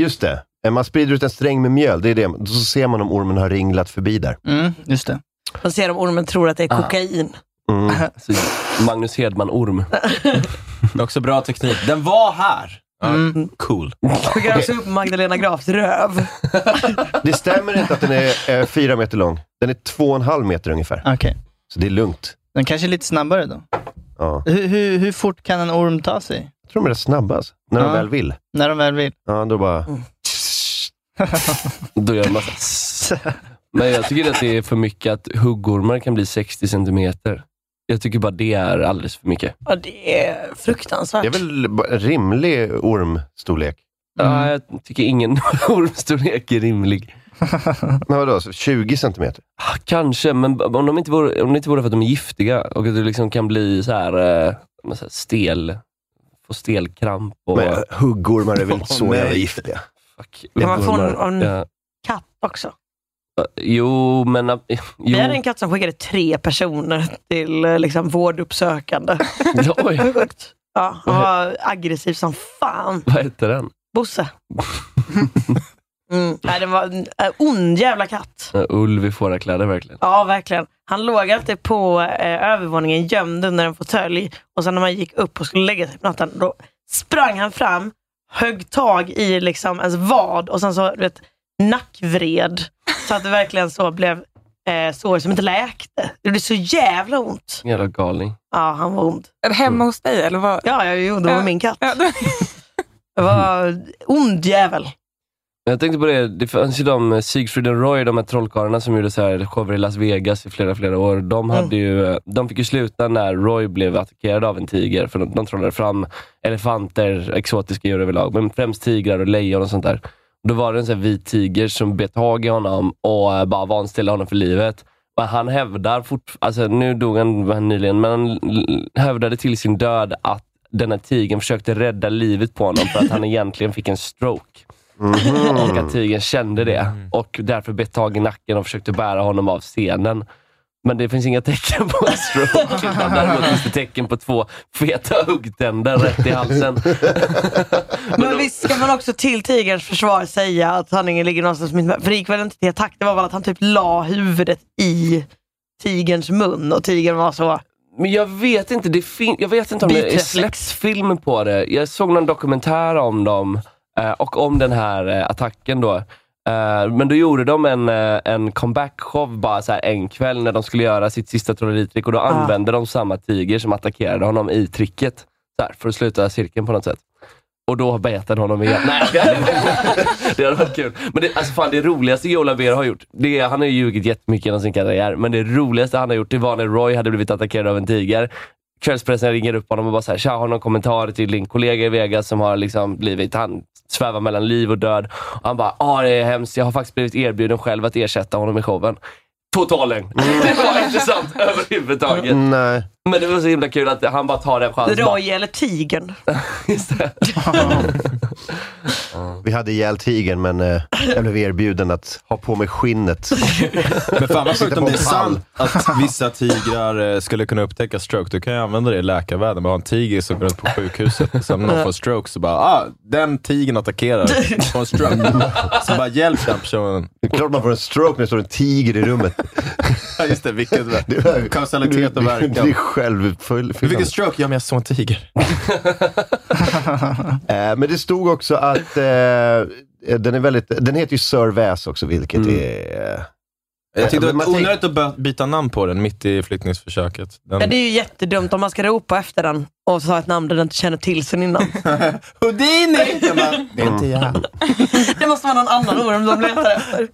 S1: Just det, Eh, man sprider ut en sträng med mjöl. Det är det. Då ser man om ormen har ringlat förbi där.
S2: Mm, just det.
S6: Man ser om ormen tror att det är kokain.
S5: [LAUGHS]
S1: Mm.
S5: Så, Magnus Hedman-orm.
S3: [LAUGHS] Det är också bra teknik. Den var här! Ja,
S2: Mm,
S3: Cool.
S6: Skickar också alltså upp Magdalena Grafs röv.
S1: Det stämmer inte att den är eh, fyra meter lång. Den är två och en halv meter ungefär.
S2: Okej.
S1: Så det är lugnt.
S2: Den kanske är lite snabbare då.
S1: Ja.
S2: Hur, hur, hur fort kan en orm ta sig?
S1: Jag tror de är rätt snabba alltså, när
S2: Ja.
S1: de väl vill.
S2: När de väl vill.
S1: Ja, då bara...
S5: Då gör man så här, "Sss." Men jag tycker att det är för mycket att huggormar kan bli 60 centimeter. Jag tycker bara det är alldeles för mycket.
S6: Ja, det är fruktansvärt.
S1: Det är väl ba- rimlig ormstorlek?
S2: Mm.
S5: [LAUGHS] Ja, jag tycker ingen ormstorlek är rimlig.
S1: Men vadå, så 20 centimeter?
S5: Ah, Kanske, men b- om, de inte vore, om det inte vore för att de är giftiga och att du liksom kan bli så här, eh, men så här stel, få stelkramp. Och,
S1: Men huggormar är väl inte så
S5: Åh, nej.
S1: jävla giftiga?
S5: fuck,
S6: Kan man få en-
S5: ormar.
S6: en-
S5: Ja.
S6: Katt också.
S5: Jo, men... eh, [LAUGHS] Jo.
S6: Vi hade en katt som skickade tre personer till eh, liksom, [LAUGHS] vårduppsökande.
S5: Oj,
S6: Sjukt. Ja, han var aggressiv som fan.
S5: vad heter den?
S1: [LAUGHS]
S6: Bosse. Mm. Nej, det var en en ond jävla katt.
S5: Ja, Ulv i fårakläder verkligen.
S6: Ja, verkligen. Han låg alltid på eh, övervåningen gömd under en fåtölj. Och sen när man gick upp och skulle lägga sig på natten, då sprang han fram, högg tag i liksom ens vad och sen så du vet, nackvred. Så att det verkligen så blev eh, sår som inte läkte. Det gjorde så jävla ont.
S5: Jävla galning.
S6: Ja, han var ond.
S4: Är det hemma hos dig eller vad?
S6: Ja, jag gjorde det var
S4: Ja.
S6: min katt.
S4: Ja, det-
S6: Det
S5: Mm.
S6: var ond jävel.
S5: Men Jag tänkte på det, det fanns ju de, eh, Siegfried och Roy, de här trollkarlarna som gjorde så här shower i Las Vegas i flera, flera år. De, hade ju, eh, de fick ju sluta när Roy blev attackerad av en tiger, för de, de trollade fram elefanter, exotiska djur överlag, men främst tigrar och lejon och sånt där. Då var det en sån här vit tiger som bet tag i honom och eh, bara vanställde honom för livet. Men han hävdar fort, alltså nu dog han han nyligen, men han l- hävdade till sin död att den här tigern försökte rädda livet på honom för att han [LAUGHS] egentligen fick en stroke.
S3: Mm-hmm.
S5: Och att tigern kände det och därför bet tag i nacken och försökte bära honom av scenen. Men det finns inga tecken på en stroke. utan Däremot finns det tecken på två feta huggtänder rätt i halsen.
S6: Men visst ska man också till tigerns försvar säga att sanningen ligger någonstans mitt emellan. För det gick väl inte till attack, det var väl att han typ la huvudet i tigerns mun och tigern var så...
S5: Men jag vet inte, det fin- jag vet inte om det är
S6: Bitreflex.
S5: släppts film på det. Jag såg någon dokumentär om dem eh, och om den här eh, attacken då. Eh, Men då gjorde de en, eh, en comeback-show bara så här en kväll när de skulle göra sitt sista trolleritrick och då använde de samma tiger som attackerade honom i tricket. Så här, för att sluta cirkeln på något sätt. Och då betade honom igen. Nej, det hade, det hade varit kul. Men det, alltså fan, det roligaste Joe Labero har gjort, det, är- han har ju ljugit jättemycket genom sin karriär, men det roligaste han har gjort, det var när Roy hade blivit attackerad av en tiger. Kvällspressen ringer upp honom och bara såhär, tja har någon kommentar till din kollega i Vegas som har liksom blivit, han svävar mellan liv och död. Och han bara, ja det är hemskt, jag har faktiskt blivit erbjuden själv att ersätta honom i showen. Total lögn. [LAUGHS] Det var inte sant överhuvudtaget.
S1: Mm. Nej.
S5: Men det var så himla kul att han bara tar den chansen. Bara,
S6: Roy eller tigern.
S5: "Just det."
S1: Vi hade ihjäl tigern, men eh, jag blev erbjuden att ha på mig skinnet.
S3: Men fan vad sjukt
S1: Sitta
S3: om
S1: på
S3: det är
S1: en pall.
S3: sant att vissa tigrar eh, skulle kunna upptäcka stroke. Du kan ju använda det i läkarvärlden. Bara ha en tiger som går runt på sjukhuset och sen när någon får stroke så bara, ah, den tigern attackerar. Får en stroke. Så bara hjälp den personen.
S1: Det är klart man får en stroke när det står en tiger i rummet.
S3: Ja, just det, vilket
S1: Det är-
S3: kausalitet och
S1: Det är
S3: verkan. Du fick
S1: självuppfyllande.
S3: en stroke, ja men jag såg en tiger.
S1: Eh, men det stod också eh, att eh, den är väldigt, den heter ju Sir Väs också, vilket är
S3: Mm. Jag tyckte det
S1: Men
S3: var
S1: man tänk-
S3: onödigt att bö- byta namn på den mitt i flyttningsförsöket. Den...
S6: Ja, det är ju jättedumt om man ska ropa efter den och så ha ett namn den inte känner till sen innan.
S3: Houdini! Det är inte jag.
S6: [LAUGHS] Det måste vara någon annan orm de letar efter.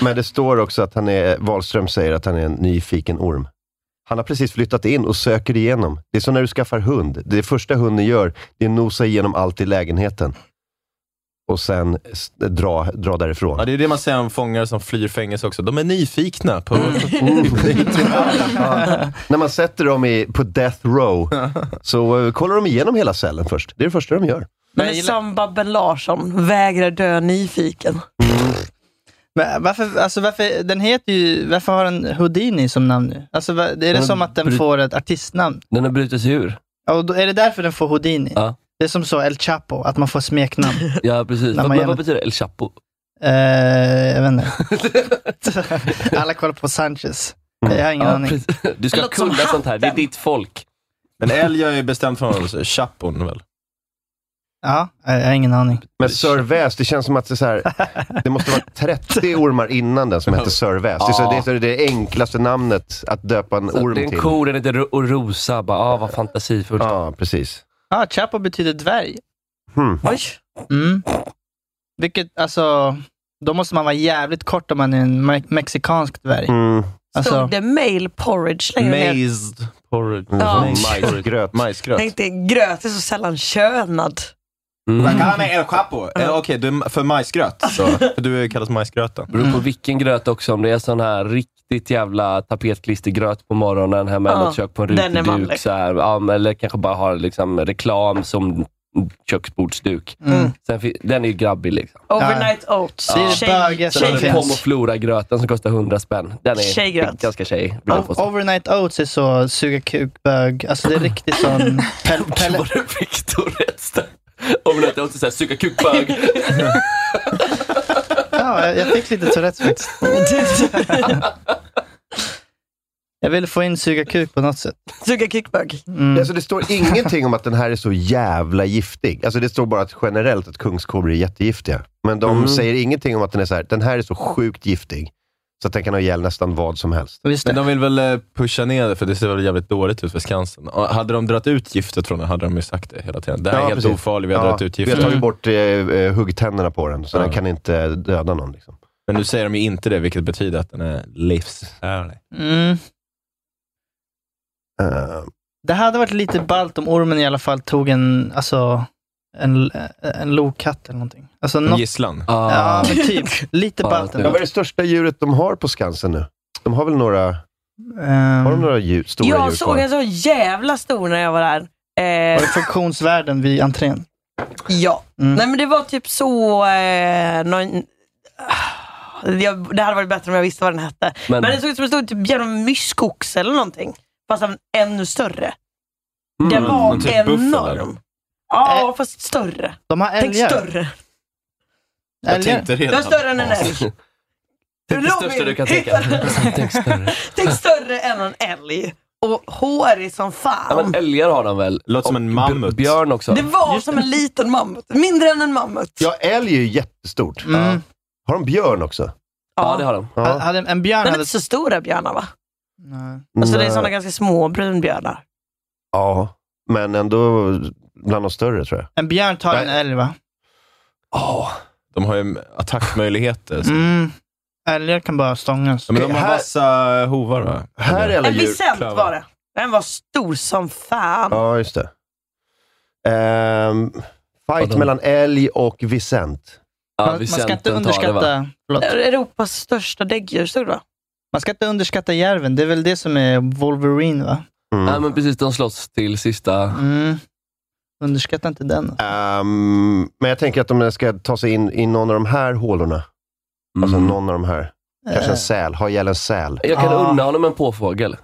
S1: Men det står också att han är, Wahlström säger att han är en nyfiken orm. Han har precis flyttat in och söker igenom. Det är som när du skaffar hund. Det första hunden gör, det är att nosa igenom allt i lägenheten. Och sen s- dra, dra därifrån.
S3: Ja, det är det man säger om fångar som flyr fängelse också. De är nyfikna på... [LAUGHS]
S1: [LAUGHS] När man sätter dem i, på death row, så eh, kollar de igenom hela cellen först. Det är det första de gör.
S6: Men som Babben Larsson, vägrar dö nyfiken.
S2: Men varför, alltså varför, den heter ju, varför har den Houdini som namn nu? Alltså, va- är det
S5: Den
S2: som att den
S5: bryt-
S2: får ett artistnamn?
S5: Den har brutit sig ur.
S2: Ja, Och då, är det därför den får Houdini?
S5: Ja,
S2: Det är som så El Chapo, att man får smeknamn.
S5: ja precis.
S2: När
S5: Vad,
S2: man
S5: men
S2: gärna-
S5: vad betyder El Chapo?
S2: eh, jag vet inte. [LAUGHS] Alla kollar på Sanchez. Jag har ingen
S5: Ja,
S6: [LAUGHS]
S2: aning.
S5: precis. Du ska kunna sånt här. Det är ditt folk.
S2: [LAUGHS]
S3: Men älg har ju bestämt från Chapon väl?
S2: Ja, jag har ingen aning.
S1: Men Sir Väs, det känns som att det, är så här, det måste vara 30 ormar innan den som heter Sir Väs. Det, är så- det är så- det är det enklaste namnet att döpa en orm
S5: det är en
S1: till.
S5: ko, den heter Ro- Rosa. Bara, ah, vad fantasifullt.
S1: Ja, precis.
S2: Ah, Chapo betyder dvärg.
S1: Hmm.
S2: Oj. Mm. Vilket, alltså, då måste man vara jävligt kort om man är en me- mexikansk dvärg.
S1: Mm.
S2: Alltså,
S6: Stod det male porridge längre ner?
S3: Mazed porridge.
S6: Ja.
S1: Mm. Majsgröt.
S3: Majsgröt.
S6: Tänkte, gröt är så sällan könad.
S5: Mm.
S2: Mm.
S3: Wakame el chapo. Eh, Okej, du är för majsgröt. Så. För du är ju kallas majsgröten.
S5: Beror på vilken gröt också. Om det är sån här riktigt jävla tapetklistergröt på morgonen hemma i
S6: Ja,
S5: något kök på en
S6: den är
S5: rutig
S6: manlig.
S5: duk. Så här, ja, men- eller kanske bara har liksom reklam som köksbordsduk.
S2: Mm.
S5: Sen, fin- den är ju grabbig. Liksom.
S6: Overnight oats.
S2: Det är bögar som
S5: Sen har du
S2: finns.
S6: [LAUGHS]
S5: Pom och Flora-gröten som kostar 100 spänn. Den är
S6: Tjejgröt.
S5: ganska tjej. vill jag
S2: o-
S5: påstå.
S2: overnight oats är så suga kuk, bög. Alltså det är riktigt [LAUGHS] sån... Pel-
S5: Gud
S2: pelle-
S5: vad du fick Tourettes där. Om det också såhär, suga kukbög.
S2: ja, jag- jag fick lite Tourettes faktiskt. jag ville få in suga kuk på något sätt. Mm.
S6: Suga kickbug.
S1: Alltså, det står ingenting om att den här är så jävla giftig. Alltså, det står bara att generellt att kungskobror är jättegiftiga. Men de
S5: Mm.
S1: säger ingenting om att den är så här, den här är så sjukt giftig så att den kan ha ihjäl nästan vad som helst.
S2: Just
S3: Men
S2: det.
S3: de vill väl eh, pusha ner det, för det ser väl jävligt dåligt ut för Skansen. Och Hade de dragit ut giftet från den hade de ju sagt det hela tiden. Det här
S1: Ja,
S3: är helt
S1: precis.
S3: ofarligt, vi har
S1: Ja,
S3: dragit ut
S1: Vi har
S3: giftet.
S1: tagit bort eh, eh, huggtänderna på den, så
S3: Ja.
S1: den kan inte döda någon. Liksom.
S3: Men nu säger de ju inte det, vilket betyder att den är livsfarlig.
S2: Mm.
S1: Eh,
S3: Mm.
S2: Det hade varit lite ballt om ormen i alla fall tog en, alltså, en, en lokatt eller någonting. Alltså
S3: En
S2: något,
S3: gisslan.
S2: ja, men typ. Lite
S5: Ah. Fan,
S2: ballt
S1: Ja,
S2: ändå.
S1: vad är det största djuret de har på Skansen nu? De har väl några, har
S3: Mm.
S1: de
S2: Ehm,
S1: några djur, stora
S6: Jag
S1: djur
S6: såg
S1: kvar?
S6: en så jävla stor när jag var där. Eh,
S2: Var det funktionsvärden vid entrén?
S6: Ja.
S2: Mm.
S6: Nej men det var typ så... Eh, någon, Ah, jag, det hade varit bättre om jag visste vad den hette. Men,
S5: Men-
S6: det såg ut som en stor typ, jävla myskoxe eller någonting. Fast en ännu större. Den
S5: Mm.
S6: var
S3: men typ buffel, eller?
S6: enorm. Ja, fast större.
S2: De har
S6: Tänk
S2: älgar.
S6: större.
S3: Jag
S2: älgar.
S3: tänkte
S6: Den är
S3: redan.
S6: större än en älg.
S5: Det största du kan tänka dig. Tänk större.
S6: Tänk större än en älg. Och hårig som fan.
S5: Ja, men älgar har de väl?
S3: Låter som
S5: Och
S3: en mammut.
S5: b- Björn också.
S6: det var som en liten mammut. Mindre än en mammut.
S1: Ja, älg är ju jättestort.
S2: Mm.
S1: Har de björn också?
S5: Ja, det har de.
S2: Ha- Hade en björn
S6: Den är
S2: hade...
S6: inte så stora björnar va?
S2: Nej.
S6: Alltså det är
S1: Nej.
S6: sådana ganska små brunbjörnar.
S1: Ja, men ändå bland de större tror jag.
S2: En björn tar en
S1: Nej.
S2: älg va?
S3: De har ju attackmöjligheter. så-
S2: Mm. Älgar kan bara stångas.
S3: Ja, men de har
S1: Här-
S3: vassa hovar va?
S1: Här är alla
S5: Äh,
S6: En
S1: djur.
S6: vicent var det. Den var stor som fan.
S1: Ja, just det. Ehm, fight
S5: Vadå?
S1: mellan älg och Vicent.
S5: Ja,
S2: Man, man ska
S5: Vicenten
S2: inte
S5: tar det, va? Mm.
S2: underskatta... Förlåt.
S6: Europas största däggdjur, stod det va?
S2: Man ska inte underskatta järven. Det är väl det som är Wolverine va?
S1: Mm.
S5: Ja, men precis. De slåss till sista...
S2: Mm. Underskatta inte den.
S1: Ehm, men jag tänker att de ska ta sig in i någon av de här hålorna. Alltså någon av de här. Kanske
S5: Äh.
S1: en
S2: Eh,
S1: säl. Ha ihjäl en säl.
S5: Mm. Jag kan
S2: Ja.
S5: unna honom en påfågel.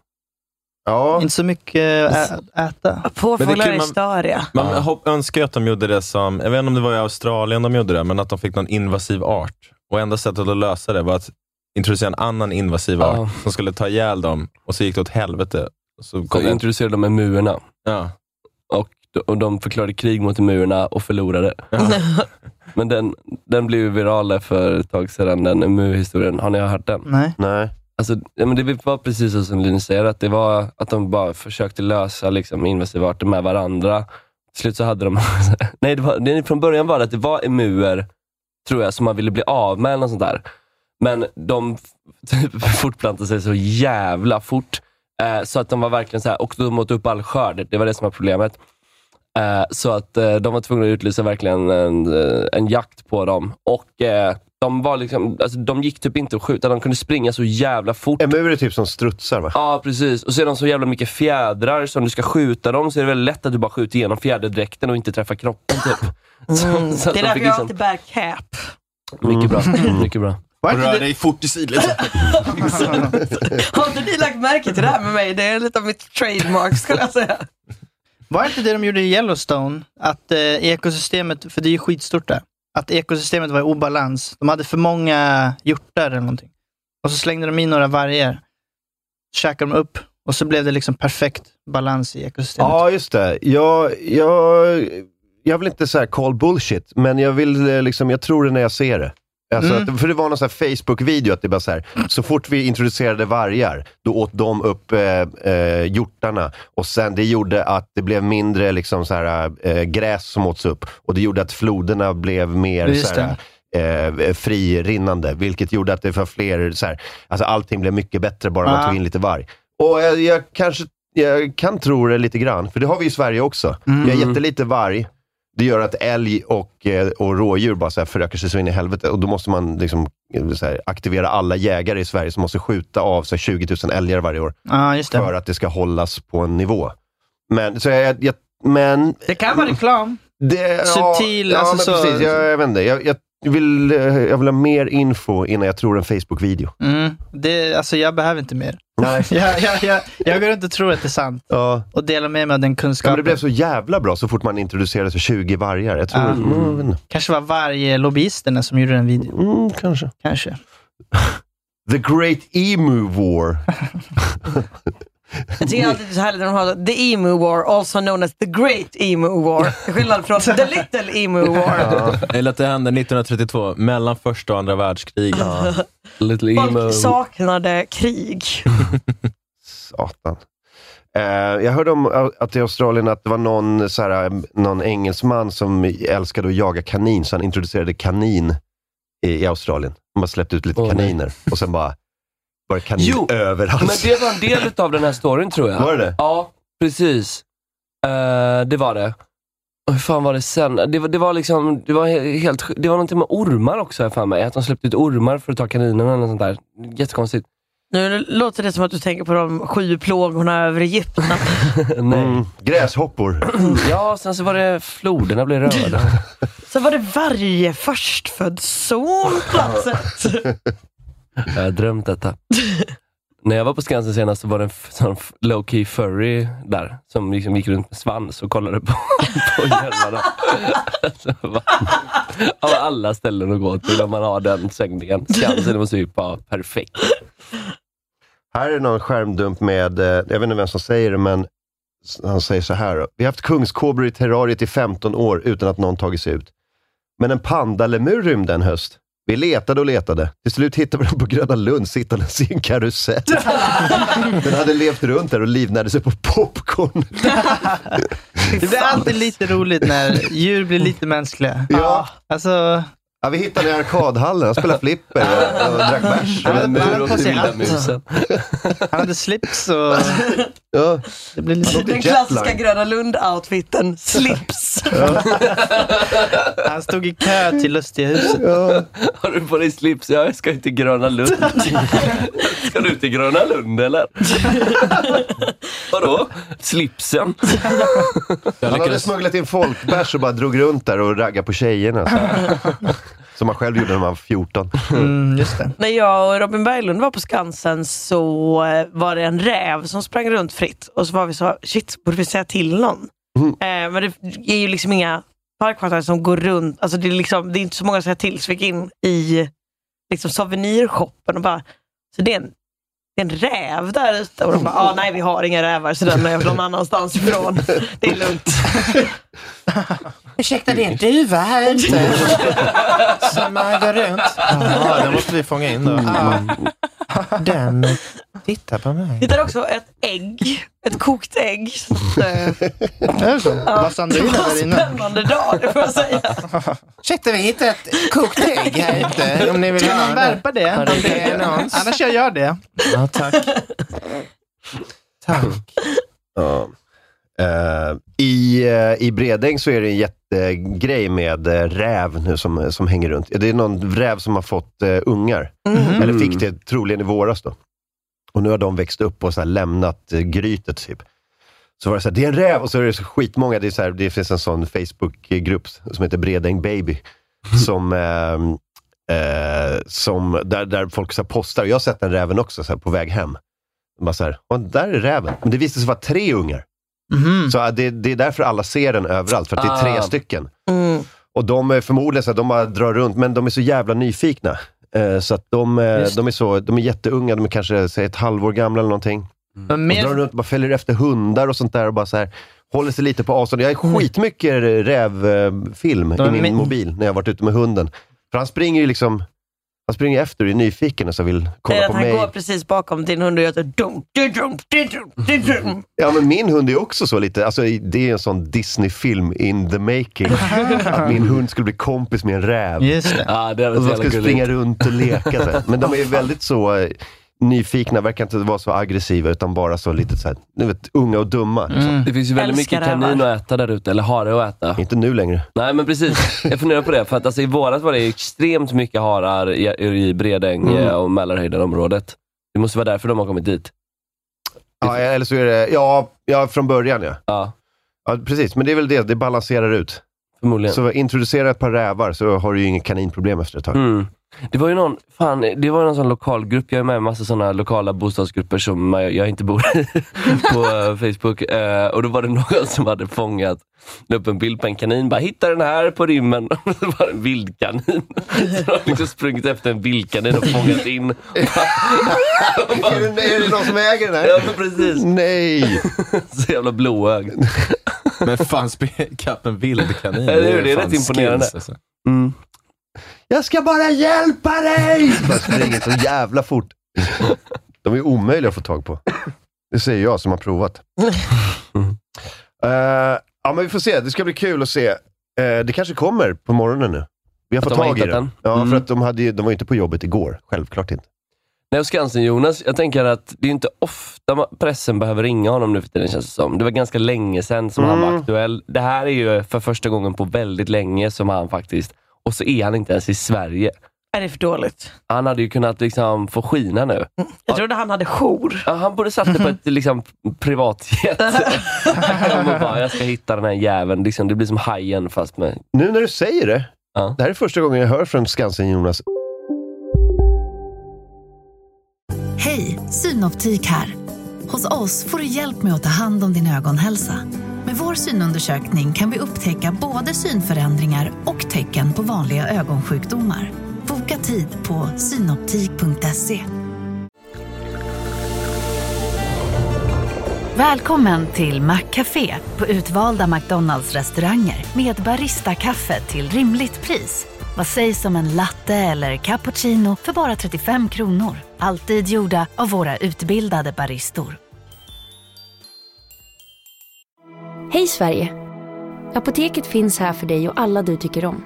S1: Ja,
S2: Inte så mycket ä- äta.
S3: Men det
S6: Påfåglar
S3: är kul,
S6: är
S3: man-
S6: störiga.
S3: Man hop- önskar ju att de gjorde det som, jag vet inte om det var i Australien de gjorde det, men att de fick någon invasiv art. Och enda sättet att lösa det var att introducera en annan invasiv
S5: Ja.
S3: art som skulle ta ihjäl dem och så gick det åt helvete. Och Så
S5: Så
S3: kom det-
S5: introducerar de emuerna.
S3: ja.
S5: Och och de förklarade krig mot murarna och förlorade. [LAUGHS] Men den, den blev ju viral där för ett tag sedan, den murhistorien. Har ni hört den?
S2: Nej.
S1: Nej.
S5: Alltså, ja, men det var precis så som Linus säger, att, det var, att de bara försökte lösa liksom, invasiva arter med varandra. Till slut så hade de... [LAUGHS] nej, det var, det, från början var det att det var emuer, tror jag, som man ville bli av med eller något sånt där. Men de [LAUGHS] typ, fortplantade sig så jävla fort. Eh, så att de var verkligen så här, och de åt upp all skörd. Det var det som var problemet. Eh, så att eh, de var tvungna att utlysa verkligen en, eh, en jakt på dem. Och eh, de, var liksom, alltså, de gick typ inte att skjuta. De kunde springa så jävla fort.
S1: Emuer är typ som strutsar va?
S5: Ja, precis. Och så är de så jävla mycket fjädrar, så om du ska skjuta dem så är det väldigt lätt att du bara skjuter igenom fjäderdräkten och inte träffar kroppen.
S6: [LAUGHS]
S5: Typ. Så, så att
S6: Mm, det är
S5: de
S6: därför jag Mm.
S5: fick liksom-
S6: alltid bär cap.
S5: Mycket bra. Mycket bra.
S1: Rör
S3: dig fort i sidled.
S6: [LAUGHS]
S2: [LAUGHS]
S6: Har inte ni lagt märke till det här med mig? Det är lite av mitt trademark skulle jag säga.
S2: Var det inte det de gjorde i Yellowstone? Att eh, ekosystemet, för det är ju skitstort där, att ekosystemet var i obalans. De hade för många hjortar eller någonting. Och så slängde de in några vargar, käkade de upp och så blev det liksom perfekt balans i ekosystemet.
S1: Ja, just det. Jag, jag, jag vill inte säga call bullshit, men jag, vill, eh, liksom, jag tror det när jag ser det. Alltså
S2: Mm.
S1: att, för det var någon sån här Facebook-video, att det bara så här, så fort vi introducerade vargar, då åt de upp eh, eh, hjortarna. Och sen det gjorde att det blev mindre liksom, så här, eh, gräs som åts upp. Och det gjorde att floderna blev mer
S2: Just
S1: så här, eh, fririnnande, vilket gjorde att det var fler... Så här, alltså allting blev mycket bättre bara man
S2: Ah.
S1: tog in lite varg. Och jag, jag kanske jag kan tro det lite grann, för det har vi i Sverige också.
S2: Mm.
S1: Vi har jättelite varg. Det gör att älg och, eh, och rådjur bara så här förökar sig så in i helvete. Och då måste man liksom eh, så här, aktivera alla jägare i Sverige som måste skjuta av så här, 20 000 älgar varje år
S2: Ja, just
S1: för
S2: det.
S1: att det ska hållas på en nivå. Men, så jag, jag, men
S2: Det kan vara reklam.
S1: det,
S2: Subtil,
S1: ja,
S2: alltså
S1: men
S2: så-
S1: precis. Jag, jag vet inte. Jag, jag, vill, eh, jag vill ha mer info innan jag tror en Facebook-video.
S2: Mm. Det, alltså jag behöver inte mer. [LAUGHS]
S1: Nej.
S2: Jag, jag, jag, jag går runt och tror att det är sant
S1: Ja.
S2: och delar med mig av den
S1: Ja, men
S2: kunskapen.
S1: det blev så jävla bra så fort man introducerade så 20 vargar. Jag tror...
S2: Ah.
S1: Mm. Mm,
S2: Kanske var varje lobbyisterna som gjorde den videon.
S1: mm, kanske.
S2: Kanske.
S1: The Great Emu War.
S6: Jag tycker alltid det är så härligt när de har the emu war, also known as the great emu war. Till Skillnad från the little [LAUGHS] emu war.
S3: [LAUGHS] Eller att det hände 1932, mellan första och andra världskriget.
S5: Little
S6: Folk saknade krig.
S1: Satan. Eh, jag hörde om eh, att i Australien att det var någon, så här, eh, någon engelsman som älskade att jaga kanin, så han introducerade kanin i, i Australien. Han bara släppte ut lite
S5: Åh, nej.
S1: kaniner och sen bara var det kanin
S5: Jo,
S1: överallt.
S5: Men det var en del av den här storyn tror jag.
S1: Var det det?
S5: Ja, precis. Eh, det var det. Och hur fan var det sen? Det var, det var liksom, det var he- helt sj- Det var någonting med ormar också, har jag för mig. Att de släppte ut ormar för att ta kaninerna eller något sånt där.
S1: [LAUGHS]
S5: Jättekonstigt.
S6: Nu låter det som att du tänker på de sju plågorna över [LAUGHS] Egypten.
S5: Nej.
S1: Mm, gräshoppor.
S5: Ja, sen så var det floderna blev röda.
S6: Sen var det varje förstfödd son på platset.
S5: Jag har drömt detta. När jag var på Skansen senast så var det en f- sån f- low-key furry där, som liksom gick runt med svans och kollade på, [LAUGHS] på hjälmarna. Alltså, va? Av alla ställen att gå till, om man har den svängningen. Skansen måste ju vara perfekt.
S1: Här är någon skärmdump med, eh, jag vet inte vem som säger det, men s- han säger så här. Då. Vi har haft kungskobror i terrariet i 15 år utan att någon tagit sig ut. Men en pandalemur rymde en höst. Vi letade och letade. Till slut hittade vi den på Gröna Lund sittandes i en karusell. Den hade levt runt där och livnärde sig på popcorn.
S2: Det blir alltid lite roligt när djur blir lite mänskliga.
S1: Ja.
S2: Alltså,
S1: Ja, vi hittade den i arkadhallen. Han spelade flipper och, och drack bärs.
S2: Ja, men-
S5: Mur och
S2: på sig
S5: vilda
S2: allt.
S5: musen.
S2: han hade slips och
S1: Ja.
S2: det blir lite...
S6: Den
S1: Jetlag.
S6: klassiska Gröna Lund-outfiten, slips.
S2: Han stod i kö till Lustiga huset.
S5: Har du på dig slips? Ja, jag ska ju till
S2: [LAUGHS]
S5: Gröna Lund. Ska du till Gröna Lund eller? Vadå? Slipsen?
S3: Jag
S1: Han hade
S3: lyckades,
S1: smugglat in folkbärs och bara drog runt där och raggade på tjejerna. Så. Som han själv gjorde när han var 14.
S2: Mm, just det.
S6: [LAUGHS] När jag och Robin Berglund var på Skansen så eh, var det en räv som sprang runt fritt. Och så var vi så, shit, borde vi säga till någon? Eh, men det är ju liksom inga parkvakter som går runt. Alltså det, är liksom, det är inte så många att säga till. Så vi gick in i liksom souvenirshoppen och bara, så det är en det är en räv där ute. Och de bara, ah, nej vi har inga rävar så den är någon annanstans ifrån. Det är lugnt.
S11: Ursäkta, det är en duva här ute som eh, går runt.
S2: Ja, den måste vi fånga in då.
S3: Mm.
S11: Den tittar på mig.
S6: Vi hittar också ett ägg. Ett kokt ägg. Eh, Så att,
S2: Är det så?
S6: Ja,
S2: Vad
S6: det
S2: sandriner
S6: var
S2: där
S6: en
S2: inne?
S6: spännande dag, det får jag säga.
S11: Ursäkta, vi hittade ett kokt ägg här ute. Om ni vill
S2: Kan
S11: ha
S2: man
S11: det.
S2: värpa det?
S11: Har du det i annons?
S2: Annars jag gör det.
S11: Ja, tack.
S1: Ja. Eh, I, eh, I Bredäng så är det en jättegrej med eh, räv nu som, som hänger runt. Det är någon räv som har fått eh, ungar.
S2: Mhm.
S1: Eller fick det troligen i våras. då. Och Nu har de växt upp och så här lämnat eh, grytet. Typ. Så var det så här, det är en räv! Och så är det så skitmånga. Det, är så här, det finns en sån Facebookgrupp som heter Bredäng Baby. Som, eh, eh, som, där, där folk så här, postar. Jag har sett den räven också så här, på väg hem. Bara så här, "Åh, där är räven. Men det visade sig vara tre ungar.
S2: Mhm.
S1: Så äh, det, det är därför alla ser den överallt, för att det är tre
S5: Ah.
S1: stycken.
S2: Mm.
S1: Och de är förmodligen så här, de bara drar runt, men de är så jävla nyfikna. Eh, Så att de, eh,
S2: Just.
S1: de, är så, de är jätteunga, de är kanske säg, ett halvår gamla eller någonting.
S2: Men
S1: Och drar
S2: mer,
S1: runt och bara följer efter hundar och sånt där och bara så här, håller sig lite på avstånd. Jag har skitmycket eh, rävfilm
S2: De är
S1: i min
S2: min-
S1: mobil när jag har varit ute med hunden. För han springer ju liksom, han springer efter och är nyfiken och så vill
S6: Det är
S1: kolla
S6: att
S1: på
S6: han
S1: mig.
S6: går precis bakom din hund och gör ett dum, dum, dum, dum, dum, dum.
S1: Ja, men min hund är också så lite, alltså, det är en sån Disney-film in the making. att min hund skulle bli kompis med en räv.
S2: just det.
S5: Ah, det hade
S1: Och
S5: varit
S1: de
S5: så jävla
S1: skulle
S5: gulligt.
S1: springa runt och leka. Så här. Men de är ju väldigt så eh, nyfikna, verkar inte vara så aggressiva, utan bara så lite så här, ni vet, unga och dumma. Liksom.
S5: Det finns ju väldigt
S6: Älskar
S5: mycket kanin
S6: rävar.
S5: att äta där ute, eller hare att äta.
S1: Inte nu längre.
S5: Nej men precis, jag funderar på det. För att alltså, i våras var det extremt mycket harar i, i Bredäng eh, och Mälarhöjdenområdet. Det måste vara därför de har kommit dit.
S1: Ja, eller så är det, ja, ja från början ja.
S5: Ja,
S1: ja. Precis, men det är väl det, det balanserar ut.
S5: förmodligen.
S1: Så introducera ett par rävar, så har du ju inget kaninproblem efter ett tag.
S5: Mm. Det var ju någon, fan, det var ju någon sån lokalgrupp, jag är med i massa såna lokala bostadsgrupper som jag, jag inte bor i, [LAUGHS] på eh, Facebook. Eh, och då var det någon som hade fångat, la upp en bild på en kanin, bara hitta den här på rymmen. [LAUGHS] Och det var en vildkanin. Så de har liksom sprungit efter en vildkanin och fångat in.
S1: Är, det, [LAUGHS] är det någon som äger den
S5: Mm. Ja
S1: här?
S5: men precis,
S1: Nej!
S5: så jävla blåögd.
S3: Men fan, springa ikapp en
S5: [LAUGHS]
S3: vildkanin.
S5: Eller hur?
S3: ju
S5: Det är
S3: fan
S5: rätt imponerande.
S3: skills, alltså.
S5: Mm.
S1: Jag ska bara hjälpa dig! Bara springer så jävla fort. De är omöjliga att få tag på. Det säger jag som har provat. Eh, ja, men vi får se. Det ska bli kul att se. Eh, det kanske kommer på morgonen nu. Vi har
S5: Att
S1: fått
S5: de har
S1: tag i
S5: hittat
S1: den.
S5: den?
S1: Ja, för
S5: Mm.
S1: att de, hade, ju- de var ju inte på jobbet igår. Självklart inte.
S5: Nej, och Skansen-Jonas, jag tänker att det är inte ofta ma- pressen behöver ringa honom nu för tiden känns det som. Det var ganska länge sedan som han var
S1: Mm.
S5: aktuell. Det här är ju för första gången på väldigt länge som han faktiskt, och så är han inte ens i Sverige.
S6: Är det för dåligt?
S5: Han hade ju kunnat liksom få skina nu.
S6: Jag trodde han hade jour.
S5: Ja, Han borde satt det på ett liksom,
S1: [LAUGHS]
S5: privatjet. Hem och bara, jag ska hitta den här jäveln. Liksom, det blir som hajen fast med...
S1: Nu när du säger det.
S5: Ja.
S1: Det här är första gången jag hör från Skansen-Jonas.
S12: Hej, Synoptik här. Hos oss får du hjälp med att ta hand om din ögonhälsa. Med vår synundersökning kan vi upptäcka både synförändringar och tecken på vanliga ögonsjukdomar. Boka tid på synoptik.se. Välkommen till Maccafé på utvalda McDonalds restauranger med Baristakaffe till rimligt pris. Vad sägs om en latte eller cappuccino för bara 35 kronor? Alltid gjorda av våra utbildade baristor.
S13: Hej Sverige! Apoteket finns här för dig och alla du tycker om.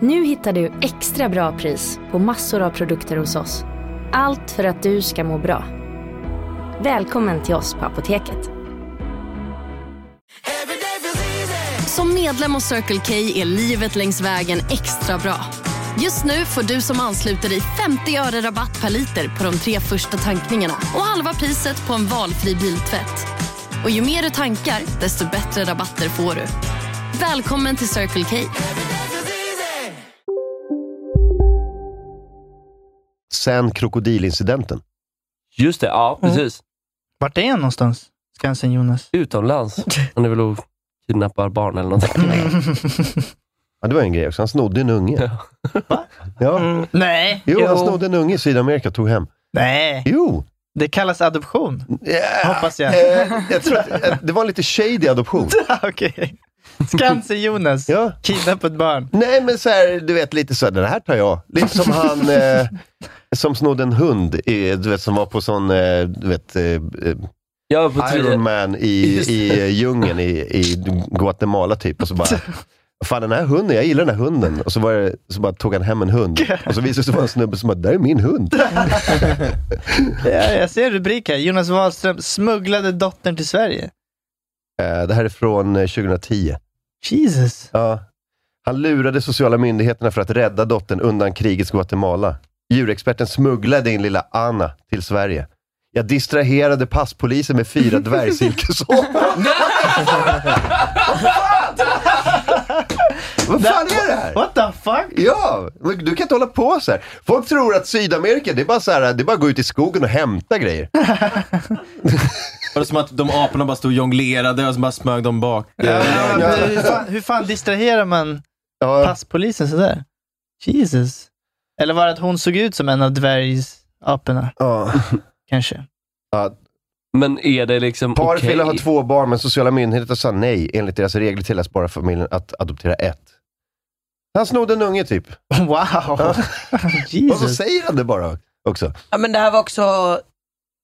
S13: Nu hittar du extra bra pris på massor av produkter hos oss. Allt för att du ska må bra. Välkommen till oss på Apoteket.
S14: Som medlem hos Circle K är livet längs vägen extra bra. Just nu får du som ansluter dig 50 öre rabatt per liter på de tre första tankningarna och halva priset på en valfri biltvätt. Och ju mer du tankar, desto bättre rabatter får du. Välkommen till Circle K.
S1: Sen krokodilincidenten.
S5: Just det, ja
S1: Mm.
S5: precis.
S2: Vart är han någonstans? Skansen-Jonas.
S5: Utomlands. Han är väl och kidnappar barn eller någonting.
S1: [LAUGHS] Ja, det var en grej också. Han snodde en unge. Ja.
S2: Nej.
S5: Mm.
S1: Jo, han snodde en unge i Sydamerika och tog hem.
S2: Nej.
S1: Jo,
S2: Det kallas adoption. [LAUGHS] Hoppas jag.
S1: Eh, jag tror att, eh, det var en lite shady adoption.
S2: Okej. Skansen-Jonas
S1: ja.
S2: kidnappade ett barn.
S1: Nej, men så här, du vet lite så här, den här tar jag. Lite som han eh, som snodde en hund, i, du vet, som var på sån, eh, du vet, eh, eh,
S5: på thriller.
S1: Iron Man i,
S5: Just det.
S1: i eh, djungeln i, i Guatemala typ. Och så bara, fan den här hunden, jag gillar den här hunden. Och så, var det, så bara tog han hem en hund. Och så visade det sig vara en snubbe som bara, där är min hund.
S2: Ja, jag ser en rubrik här. Jonas Wahlström smugglade dottern till Sverige.
S1: Eh, Det här är från eh, 2010.
S2: Jesus.
S1: Ja. Han lurade sociala myndigheterna för att rädda dottern undan krigets Guatemala. Djurexperten smugglade in lilla Anna till Sverige. Jag distraherade passpolisen med fyra dvärgsilkeshorn. Vad fan är det här?
S2: What the fuck?
S1: Ja, men du kan inte hålla på så här. Folk tror att Sydamerika, det är bara så här, det är bara att gå ut i skogen och hämta grejer.
S3: Var det som att de aporna bara stod och jonglerade och så bara smög de bak?
S2: Ja, men Hur, fan, hur fan distraherar man passpolisen sådär? Jesus. Eller var det att hon såg ut som en av dvärgaporna?
S1: Ja.
S2: Kanske. [LAUGHS]
S5: Men är det liksom
S1: Paret
S5: okej?
S1: ville ha två barn, men sociala myndigheter sa nej. Enligt deras regler tilläts bara familjen att adoptera ett. Han snodde en unge typ.
S2: Wow!
S1: Och så säger han det bara också.
S6: Ja, men det här var också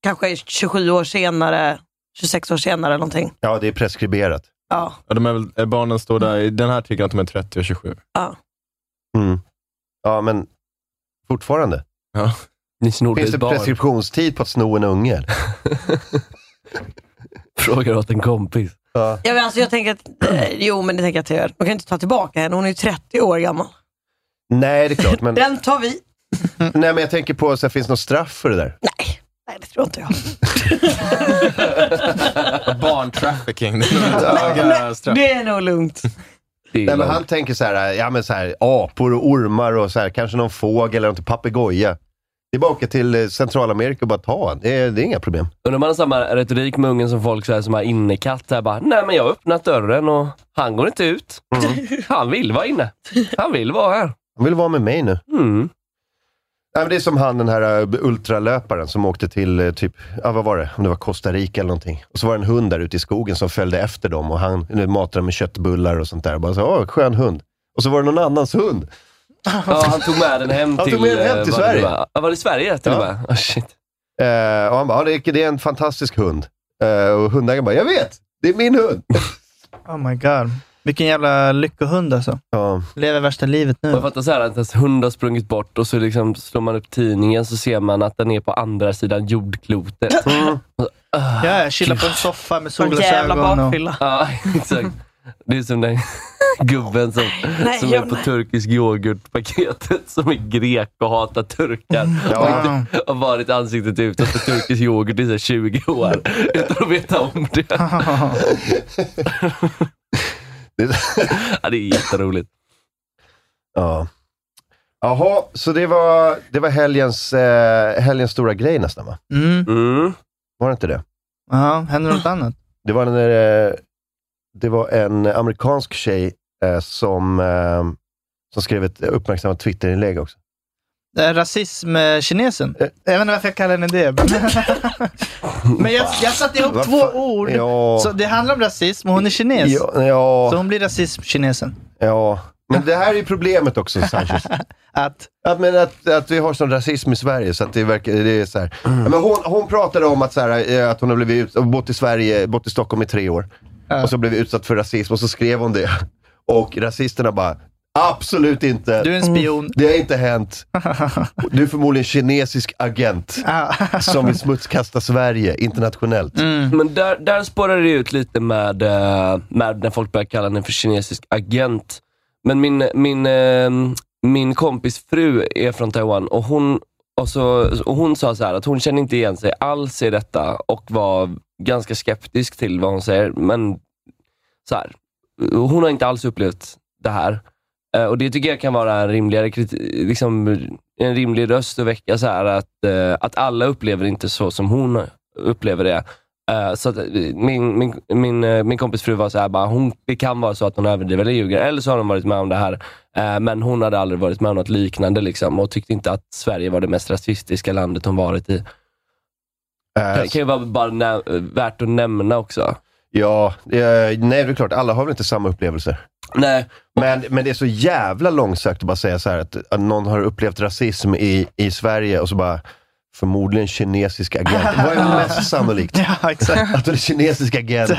S6: kanske 27 år senare, 26 år senare eller någonting.
S1: Ja, det är preskriberat.
S6: Ja.
S3: Ja, de är väl, eh, barnen står där, i den här tycker att de är 30 och 27.
S6: Ja.
S1: Mm. Ja, men fortfarande.
S3: Ja. Ni snodde
S1: Finns
S3: ett
S1: det
S3: barn.
S1: preskriptionstid på att sno
S3: [LAUGHS]
S1: en unge?
S5: [LAUGHS] Frågar åt en kompis.
S1: Ja.
S6: Jag, alltså, jag tänker att, eh, jo men det tänker jag till er. De kan inte ta tillbaka henne, hon är ju 30 år gammal.
S1: Nej, det är
S3: [LAUGHS]
S1: klart. Men,
S6: Den tar vi.
S1: nej, men jag tänker på, så här, finns det något straff för det där?
S6: Nej, det tror inte jag. [LAUGHS]
S3: Barntrafficking.
S6: [LAUGHS] Det är nog lugnt.
S1: Nej, men han tänker så här, ja, men så här, apor och ormar och så här, kanske någon fågel eller någon papegoja. Det är bara att åka till eh, Centralamerika och bara ta en. Det är, det är inga problem.
S5: Undrar om han har samma retorik med ungen som folk så här, som har innekatt. Så här, bara, Nej, men jag har öppnat dörren och han går inte ut. Mm.
S1: [LAUGHS]
S5: Han vill vara inne. Han vill vara här.
S1: Han vill vara med mig nu. [LAUGHS]
S5: Mm.
S1: Nej, men det är som han den här eh, ultralöparen som åkte till eh, typ, ja, vad var det? Om det var Costa Rica eller någonting. Och så var det en hund där ute i skogen som följde efter dem och han eh, matade dem med köttbullar och sånt där. Bara så, åh, skön hund. Och så var det någon annans hund.
S5: Ja, han tog med den hem
S1: Han
S5: till,
S1: tog med den hem
S5: eh,
S1: till
S5: var det
S1: Sverige.
S5: det var? Ja, var det Sverige till
S1: Ja.
S5: och med? Oh, shit.
S1: Eh, och han bara, ja, det, är- det är en fantastisk hund. Eh, och hundägaren bara, jag vet! Det är min hund.
S2: Oh my god. Vilken jävla lyckohund alltså.
S1: Ja.
S2: Lever värsta livet
S5: Och
S2: nu.
S5: Jag fattar så här att ens hund har sprungit bort och så liksom slår man upp tidningen så ser man att den är på andra sidan jordklotet. Ah,
S2: Ja, jag chillar på en soffa med
S6: Sån jävla
S2: solglasögon. Och... [LAUGHS]
S6: bakfylla.
S5: Ja, [LAUGHS] exakt. Det är som den gubben som,
S6: Nej,
S5: som är
S6: jag-
S5: på turkisk yoghurtpaketet som är grek och hatar turkar. Och
S2: Ja.
S5: inte- har varit ansiktet utåt för turkisk yoghurt i så här 20 år utan att veta om det.
S6: [LAUGHS]
S1: Det-
S5: Ja, det är jätteroligt.
S1: Ja. Jaha, så det var, det var helgens, eh, helgens stora grej nästan va?
S2: [LAUGHS] Mm.
S5: Mm.
S1: Var det inte det?
S2: Ja, händer något annat?
S1: Det var en, eh, det var en amerikansk tjej eh, som, eh, som skrev ett uppmärksammat Twitterinlägg också.
S2: Äh, Rasism-kinesen.
S1: Eh.
S2: Jag vet inte varför jag kallar henne det. [LAUGHS] Men jag, jag satte ihop
S1: Vad
S2: två
S1: fan?
S2: ord.
S1: Ja.
S2: Så det handlar om rasism och hon är kines.
S1: Ja,
S2: Så
S1: ja,
S2: hon blir rasism-kinesen.
S1: ja. Men det här är problemet också,
S2: [LAUGHS]
S1: Sanchez.
S2: Att,
S1: Att, men att, att vi har sån rasism i Sverige, så att det verkar... Det är så här.
S2: Mm.
S1: Ja, Men hon, hon pratade om att, så här, eh, att hon har blivit ut, bott i Sverige, bott i Stockholm i tre år. Och så blev utsatt för rasism och så skrev hon det. Och rasisterna bara, absolut inte.
S2: du är en spion.
S1: Det har inte hänt. Du är förmodligen kinesisk agent som vill smutskasta Sverige internationellt.
S5: Men där, där spårar det ut lite med, eh, med när folk börjar kalla henne för kinesisk agent. Men min, min, eh, min kompis fru är från Taiwan och hon, och så, och hon sa så här att hon känner inte igen sig alls i detta och var ganska skeptisk till vad hon säger. Men så här, hon har inte alls upplevt det här. Eh, Och Det tycker jag kan vara en, rimligare kriti- liksom, en rimlig röst att väcka. Så här, att, eh, att alla upplever inte så som hon upplever det. Eh, så att, eh, min, min, min, eh, min kompis fru var så här, bara, hon, det kan vara så att hon överdriver eller ljuger. Eller så har hon varit med om det här. Eh, men hon hade aldrig varit med om något liknande liksom, och tyckte inte att Sverige var det mest rasistiska landet hon varit i.
S1: Eh,
S5: Det kan ju vara bara nä- värt att nämna också.
S1: Ja, eh, nej det är klart, alla har väl inte samma upplevelser.
S5: Nej.
S1: Men, men det är så jävla långsökt att bara säga så här att, att någon har upplevt rasism i, i Sverige och så bara, förmodligen kinesisk agent. Vad är det mest sannolikt?
S2: [LAUGHS] Ja, [LAUGHS] exakt.
S1: Att det är kinesisk agent,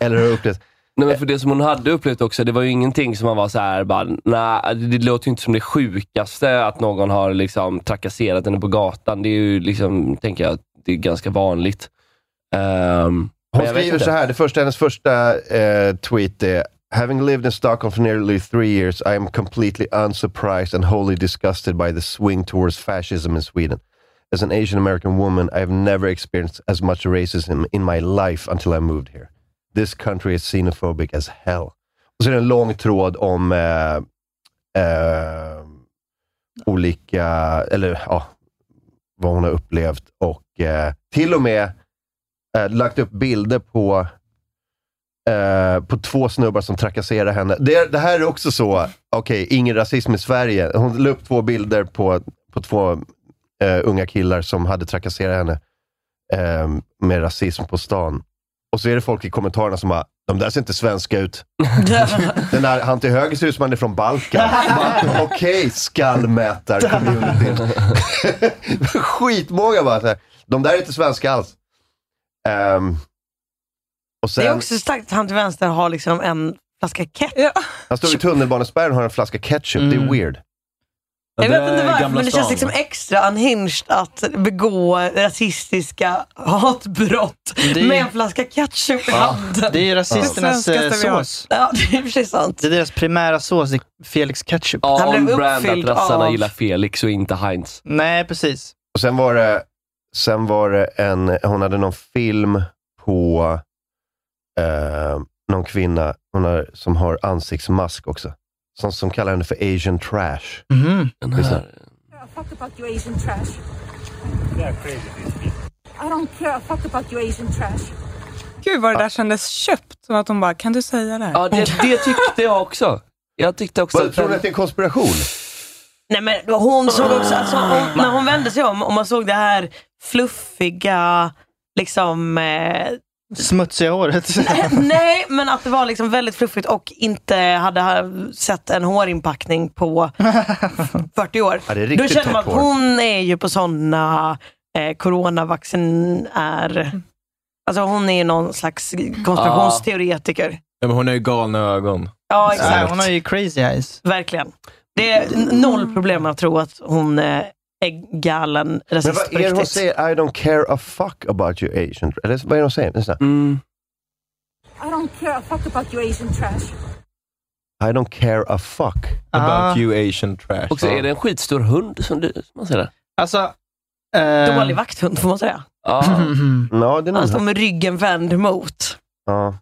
S1: eller har upplevt.
S5: Nej, men för det som hon hade upplevt också, det var ju ingenting som man var så här, bara, nej, det låter ju inte som det sjukaste att någon har liksom trakasserat henne på gatan. Det är ju, liksom, tänker jag, det är ganska vanligt. Ehm, men jag
S1: Hon
S5: vet
S1: skriver
S5: inte.
S1: så här, det första, hennes första eh, tweet är Having lived in Stockholm for nearly three years, I am completely unsurprised and wholly disgusted by the swing towards fascism in Sweden. As an Asian American woman, I have never experienced as much racism in my life until I moved here. This country is xenophobic as hell. Och så är det en lång tråd om eh, eh, olika, eller ja, vad hon har upplevt och eh, till och med eh, lagt upp bilder på, eh, på två snubbar som trakasserar henne. Det, det här är också så, okej, ingen rasism i Sverige. Hon la upp två bilder på, på två eh, unga killar som hade trakasserat henne eh, med rasism på stan. Och så är det folk i kommentarerna som bara, de där ser inte svenska ut. Den där han till höger ser ut som han är
S5: [LAUGHS]
S1: från Balkan. Bara, Okej,
S5: [LAUGHS]
S1: skallmätar-communityn. Skitmånga bara, så här, de där är inte svenska alls. Ehm, och
S6: [LAUGHS]
S1: sen,
S6: Det är också starkt att han till vänster har liksom en flaska kett.
S1: han står i tunnelbanespärren och har en flaska ketchup. Det
S5: Mm.
S1: är weird.
S6: Jag vet inte varför, men det känns liksom extra unhinged att begå rasistiska hatbrott
S2: Det är-
S6: med en flaska ketchup i handen.
S2: Det är ju rasisternas
S6: Det
S2: eh,
S6: svenskaste vi har.
S2: sås.
S6: Ja, det är i och för sig sant.
S2: Det är deras primära sås, det är Felix ketchup.
S5: Ja, on brand att rassarna gillar Felix och inte Heinz.
S2: Nej, precis.
S1: Och sen var det, sen var det en, hon hade någon film på eh, någon kvinna hon har, som har ansiktsmask också. Som, som kallar henne för asian trash.
S2: Mm.
S5: Mhm. Den här.
S15: Fuck about your Asian trash.
S16: Yeah, crazy these people.
S15: I don't care. Fuck about your Asian trash.
S4: Gud vad det där kändes köpt. Som att hon bara, kan du säga det här?
S5: Ja, det, det tyckte jag också. Jag tyckte också
S1: Vad, tror ni att det är en konspiration?
S6: Nej men hon såg också, alltså, hon, när hon vände sig om och man såg det här fluffiga, liksom... Eh,
S2: Smutsiga
S1: [LAUGHS]
S2: håret.
S6: nej, men att det var liksom väldigt fluffigt och inte hade ha- sett en hårinpackning på 40 år.
S1: Ja, det är
S6: Då
S1: riktigt
S6: känner man att
S1: torrt hår.
S6: hon är ju på sådana eh, coronavaccin är... Alltså hon är ju någon slags konspirationsteoretiker.
S3: Ja, men hon har ju galna ögon.
S6: Ja, exakt.
S3: Ja, hon har
S2: ju crazy eyes.
S6: Verkligen. Det är n- noll problem att tro att hon eh, är galen
S1: Men
S6: rasist
S1: vad
S6: på
S1: är det hon
S6: riktigt.
S1: säger? I don't care a fuck about you asian trash. Eller vad är det hon säger? Det är så här,
S5: Mm.
S15: I don't care. Fuck about your Asian trash.
S1: I don't care a fuck
S2: Ah.
S3: you asian trash.
S5: Och så är det en skitstor hund som, du, som man ser där.
S2: Alltså... eh,
S6: Dålig
S2: [LAUGHS]
S6: vakthund får man säga.
S1: [LAUGHS]
S5: Ja.
S1: Ja, det är
S6: Han står
S1: någon,
S6: med ryggen vänd mot.
S1: ja,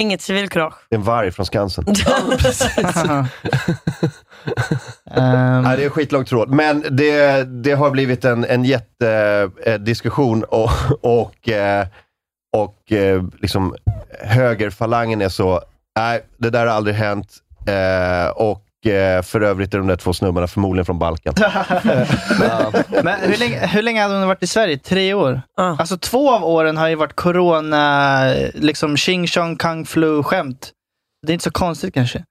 S6: Inget civilkurage.
S1: det är en varg från Skansen.
S6: [LAUGHS]
S1: Nej, det är en skitlång tråd, men det, det har blivit en, en jättediskussion och, och, eh, och eh, liksom högerfalangen är så, nej, det där har aldrig hänt eh, och eh, för övrigt är de där två snubbarna förmodligen
S6: [LAUGHS]
S1: från Balkan. Eh,
S2: Men hur länge, hur länge hade hon varit i Sverige? Tre år? Alltså två av åren har ju varit corona, liksom Xing Chong Kung Flu-skämt. Det är inte så konstigt kanske.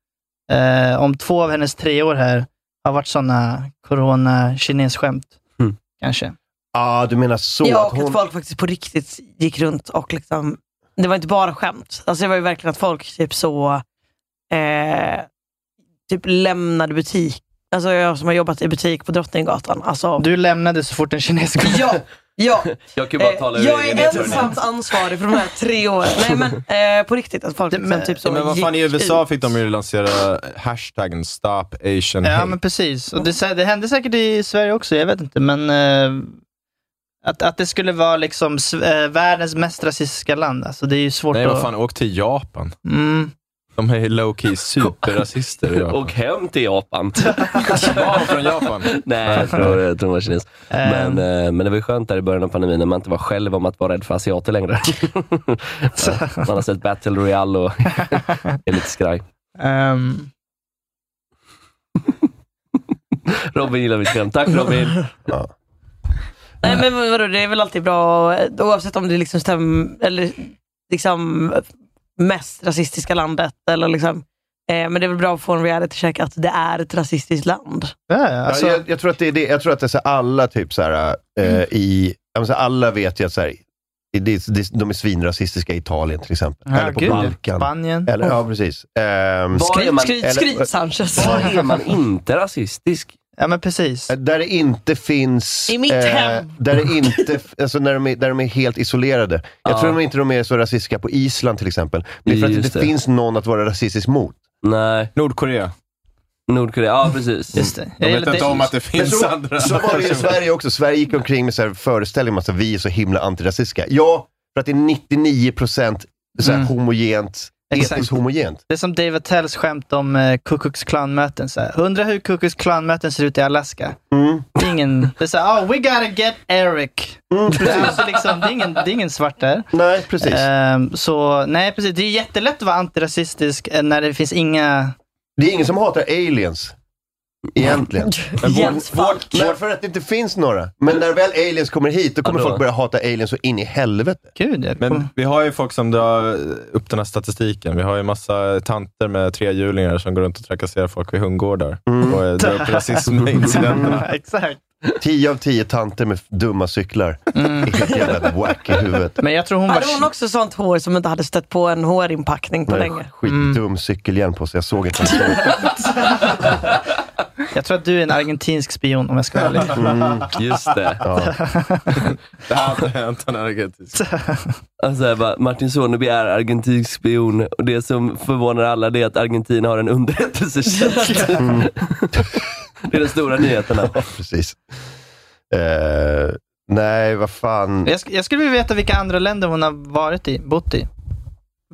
S2: Eh, om två av hennes tre år här har varit sådana corona-kines-skämt.
S3: Mm.
S2: Kanske.
S1: Ja, ah, du menar så.
S6: ja,
S1: att
S6: och att
S1: hon...
S6: folk faktiskt på riktigt gick runt och liksom, det var inte bara skämt. Alltså det var ju verkligen att folk typ så, eh, typ lämnade butik. Alltså jag som har jobbat i butik på Drottninggatan. Alltså,
S2: Du lämnade så fort en kines kom.
S6: Ja,
S3: [LAUGHS]
S6: ja.
S5: Jag kan ju bara tala ur
S6: Eh, jag
S5: egen
S6: är
S5: erfarenhet.
S6: ensamt ansvarig för de här tre åren. Nej men eh, på riktigt, att folk liksom, typ så
S3: men vad fan, i
S6: gick
S3: USA
S6: ut.
S3: fick de ju lansera hashtaggen stop asian
S2: Ja,
S3: hate.
S2: men precis. Och det, sä- det hände säkert i Sverige också, jag vet inte. Men eh, att, att det skulle vara liksom sv- eh, världens mest rasistiska land, alltså, det är ju svårt
S3: Nej,
S2: att...
S3: vad fan, åk till Japan.
S2: Mm.
S3: De är ju low-key superrasister i Japan.
S5: Åk hem
S6: [LAUGHS]
S5: till Japan.
S3: Var från Japan?
S5: Nej, jag tror, jag tror hon var kines.
S2: Ehm,
S5: Men, eh, men det var ju skönt där i början av pandemin när man inte var själv om att vara rädd för
S6: [LAUGHS]
S5: asiater längre. Ja, man har sett Battle Royale och är lite skraj.
S3: eh,
S2: Ehm,
S6: [LAUGHS]
S5: Robin gillar mitt skämt. Tack Robin.
S1: Ja.
S6: Nej men vad- vadå, det är väl alltid bra och- oavsett om det liksom stämmer, eller liksom mest rasistiska landet eller liksom. Eh, men det är väl bra att få en reality check att det är ett rasistiskt land.
S1: Ja,
S2: alltså,
S1: jag, jag tror att det är det. Jag tror att det är så här, alla typ så här, eh,
S2: Mm.
S1: i, ja, men så här, alla vet ju att så här, det, det, de är svinrasistiska i Italien till exempel.
S2: Ja,
S1: eller på
S2: gud.
S1: Balkan.
S2: Spanien.
S1: Eller, ja, precis. Ehm,
S2: Var är man- Skryt, skryt, skryt,
S1: eller-
S6: Sanchez.
S2: Var är man
S5: inte rasistisk?
S2: Ja, men precis.
S1: Där det inte finns... eh,
S2: I mitt hem.
S1: Där det inte, f- alltså när de är, där de är helt isolerade. Jag
S5: Ja.
S1: tror de inte de är så rasistiska på Island till exempel. Det är för att det
S5: Just
S1: inte
S5: det.
S1: finns någon att vara rasistisk mot.
S5: Nej.
S3: Nordkorea.
S5: Nordkorea, ja precis. Just
S2: det.
S3: Jag vet inte om att det finns
S1: Men så,
S3: andra.
S1: Så var det ju i Sverige också. Sverige gick omkring med så här föreställningen om att så här, vi är så himla antirasistiska. Ja, för att det är 99% så här
S2: Mm.
S1: homogent, etniskt
S2: Exakt.
S1: homogent.
S2: Det är som David Tells skämt om eh, Ku Klux Klan-möten. så här. Undrar hur Ku Klux Klan-möten ser ut i Alaska.
S1: Mm.
S2: Ingen, det är såhär, oh, we gotta get Eric. Det, är alltså liksom, det, är ingen, det är ingen svart där.
S1: Mm, [LAUGHS]
S2: Ehm,
S1: Nej, precis.
S2: Eh. så, nej, precis. Det är jättelätt att vara antirasistisk eh, när det finns inga...
S1: Det är ingen som hatar aliens. Egentligen. Men vår-
S2: Jens
S1: vår- Nej, för att det inte finns några. Men när väl aliens kommer hit, då kommer
S3: Ja, då.
S1: folk börja hata aliens så in i helvete.
S3: Men vi har ju folk som drar upp den här statistiken. Vi har ju massa tanter med trehjulingar som går runt och trakasserar folk vid hundgårdar och eh, drar upp rasismincidenterna.
S2: [LAUGHS] Exakt.
S1: 10 av 10 tanter med dumma cyklar. är Helt jävla wack i huvudet.
S2: Men jag tror hon
S6: Hade hon också sånt hår som inte hade stött på en hårinpackning på länge?
S1: Skitdum cykelhjälm på sig. Jag såg inte.
S2: Jag tror att du är en argentinsk spion om jag ska vara ärlig.
S1: Mm.
S5: Just det.
S1: Ja.
S3: Det här hade hänt han argentinsk.
S5: Alltså, jag bara, Martin Soneby är argentinsk spion och det som förvånar alla det är att Argentina har en [LAUGHS] underrättelsetjänst.
S1: Mm.
S5: Det är den stora nyheten. här.
S1: [LAUGHS] Precis. Eh, nej, vad fan.
S2: Jag, sk- jag skulle vilja veta vilka andra länder hon har varit i, bott i.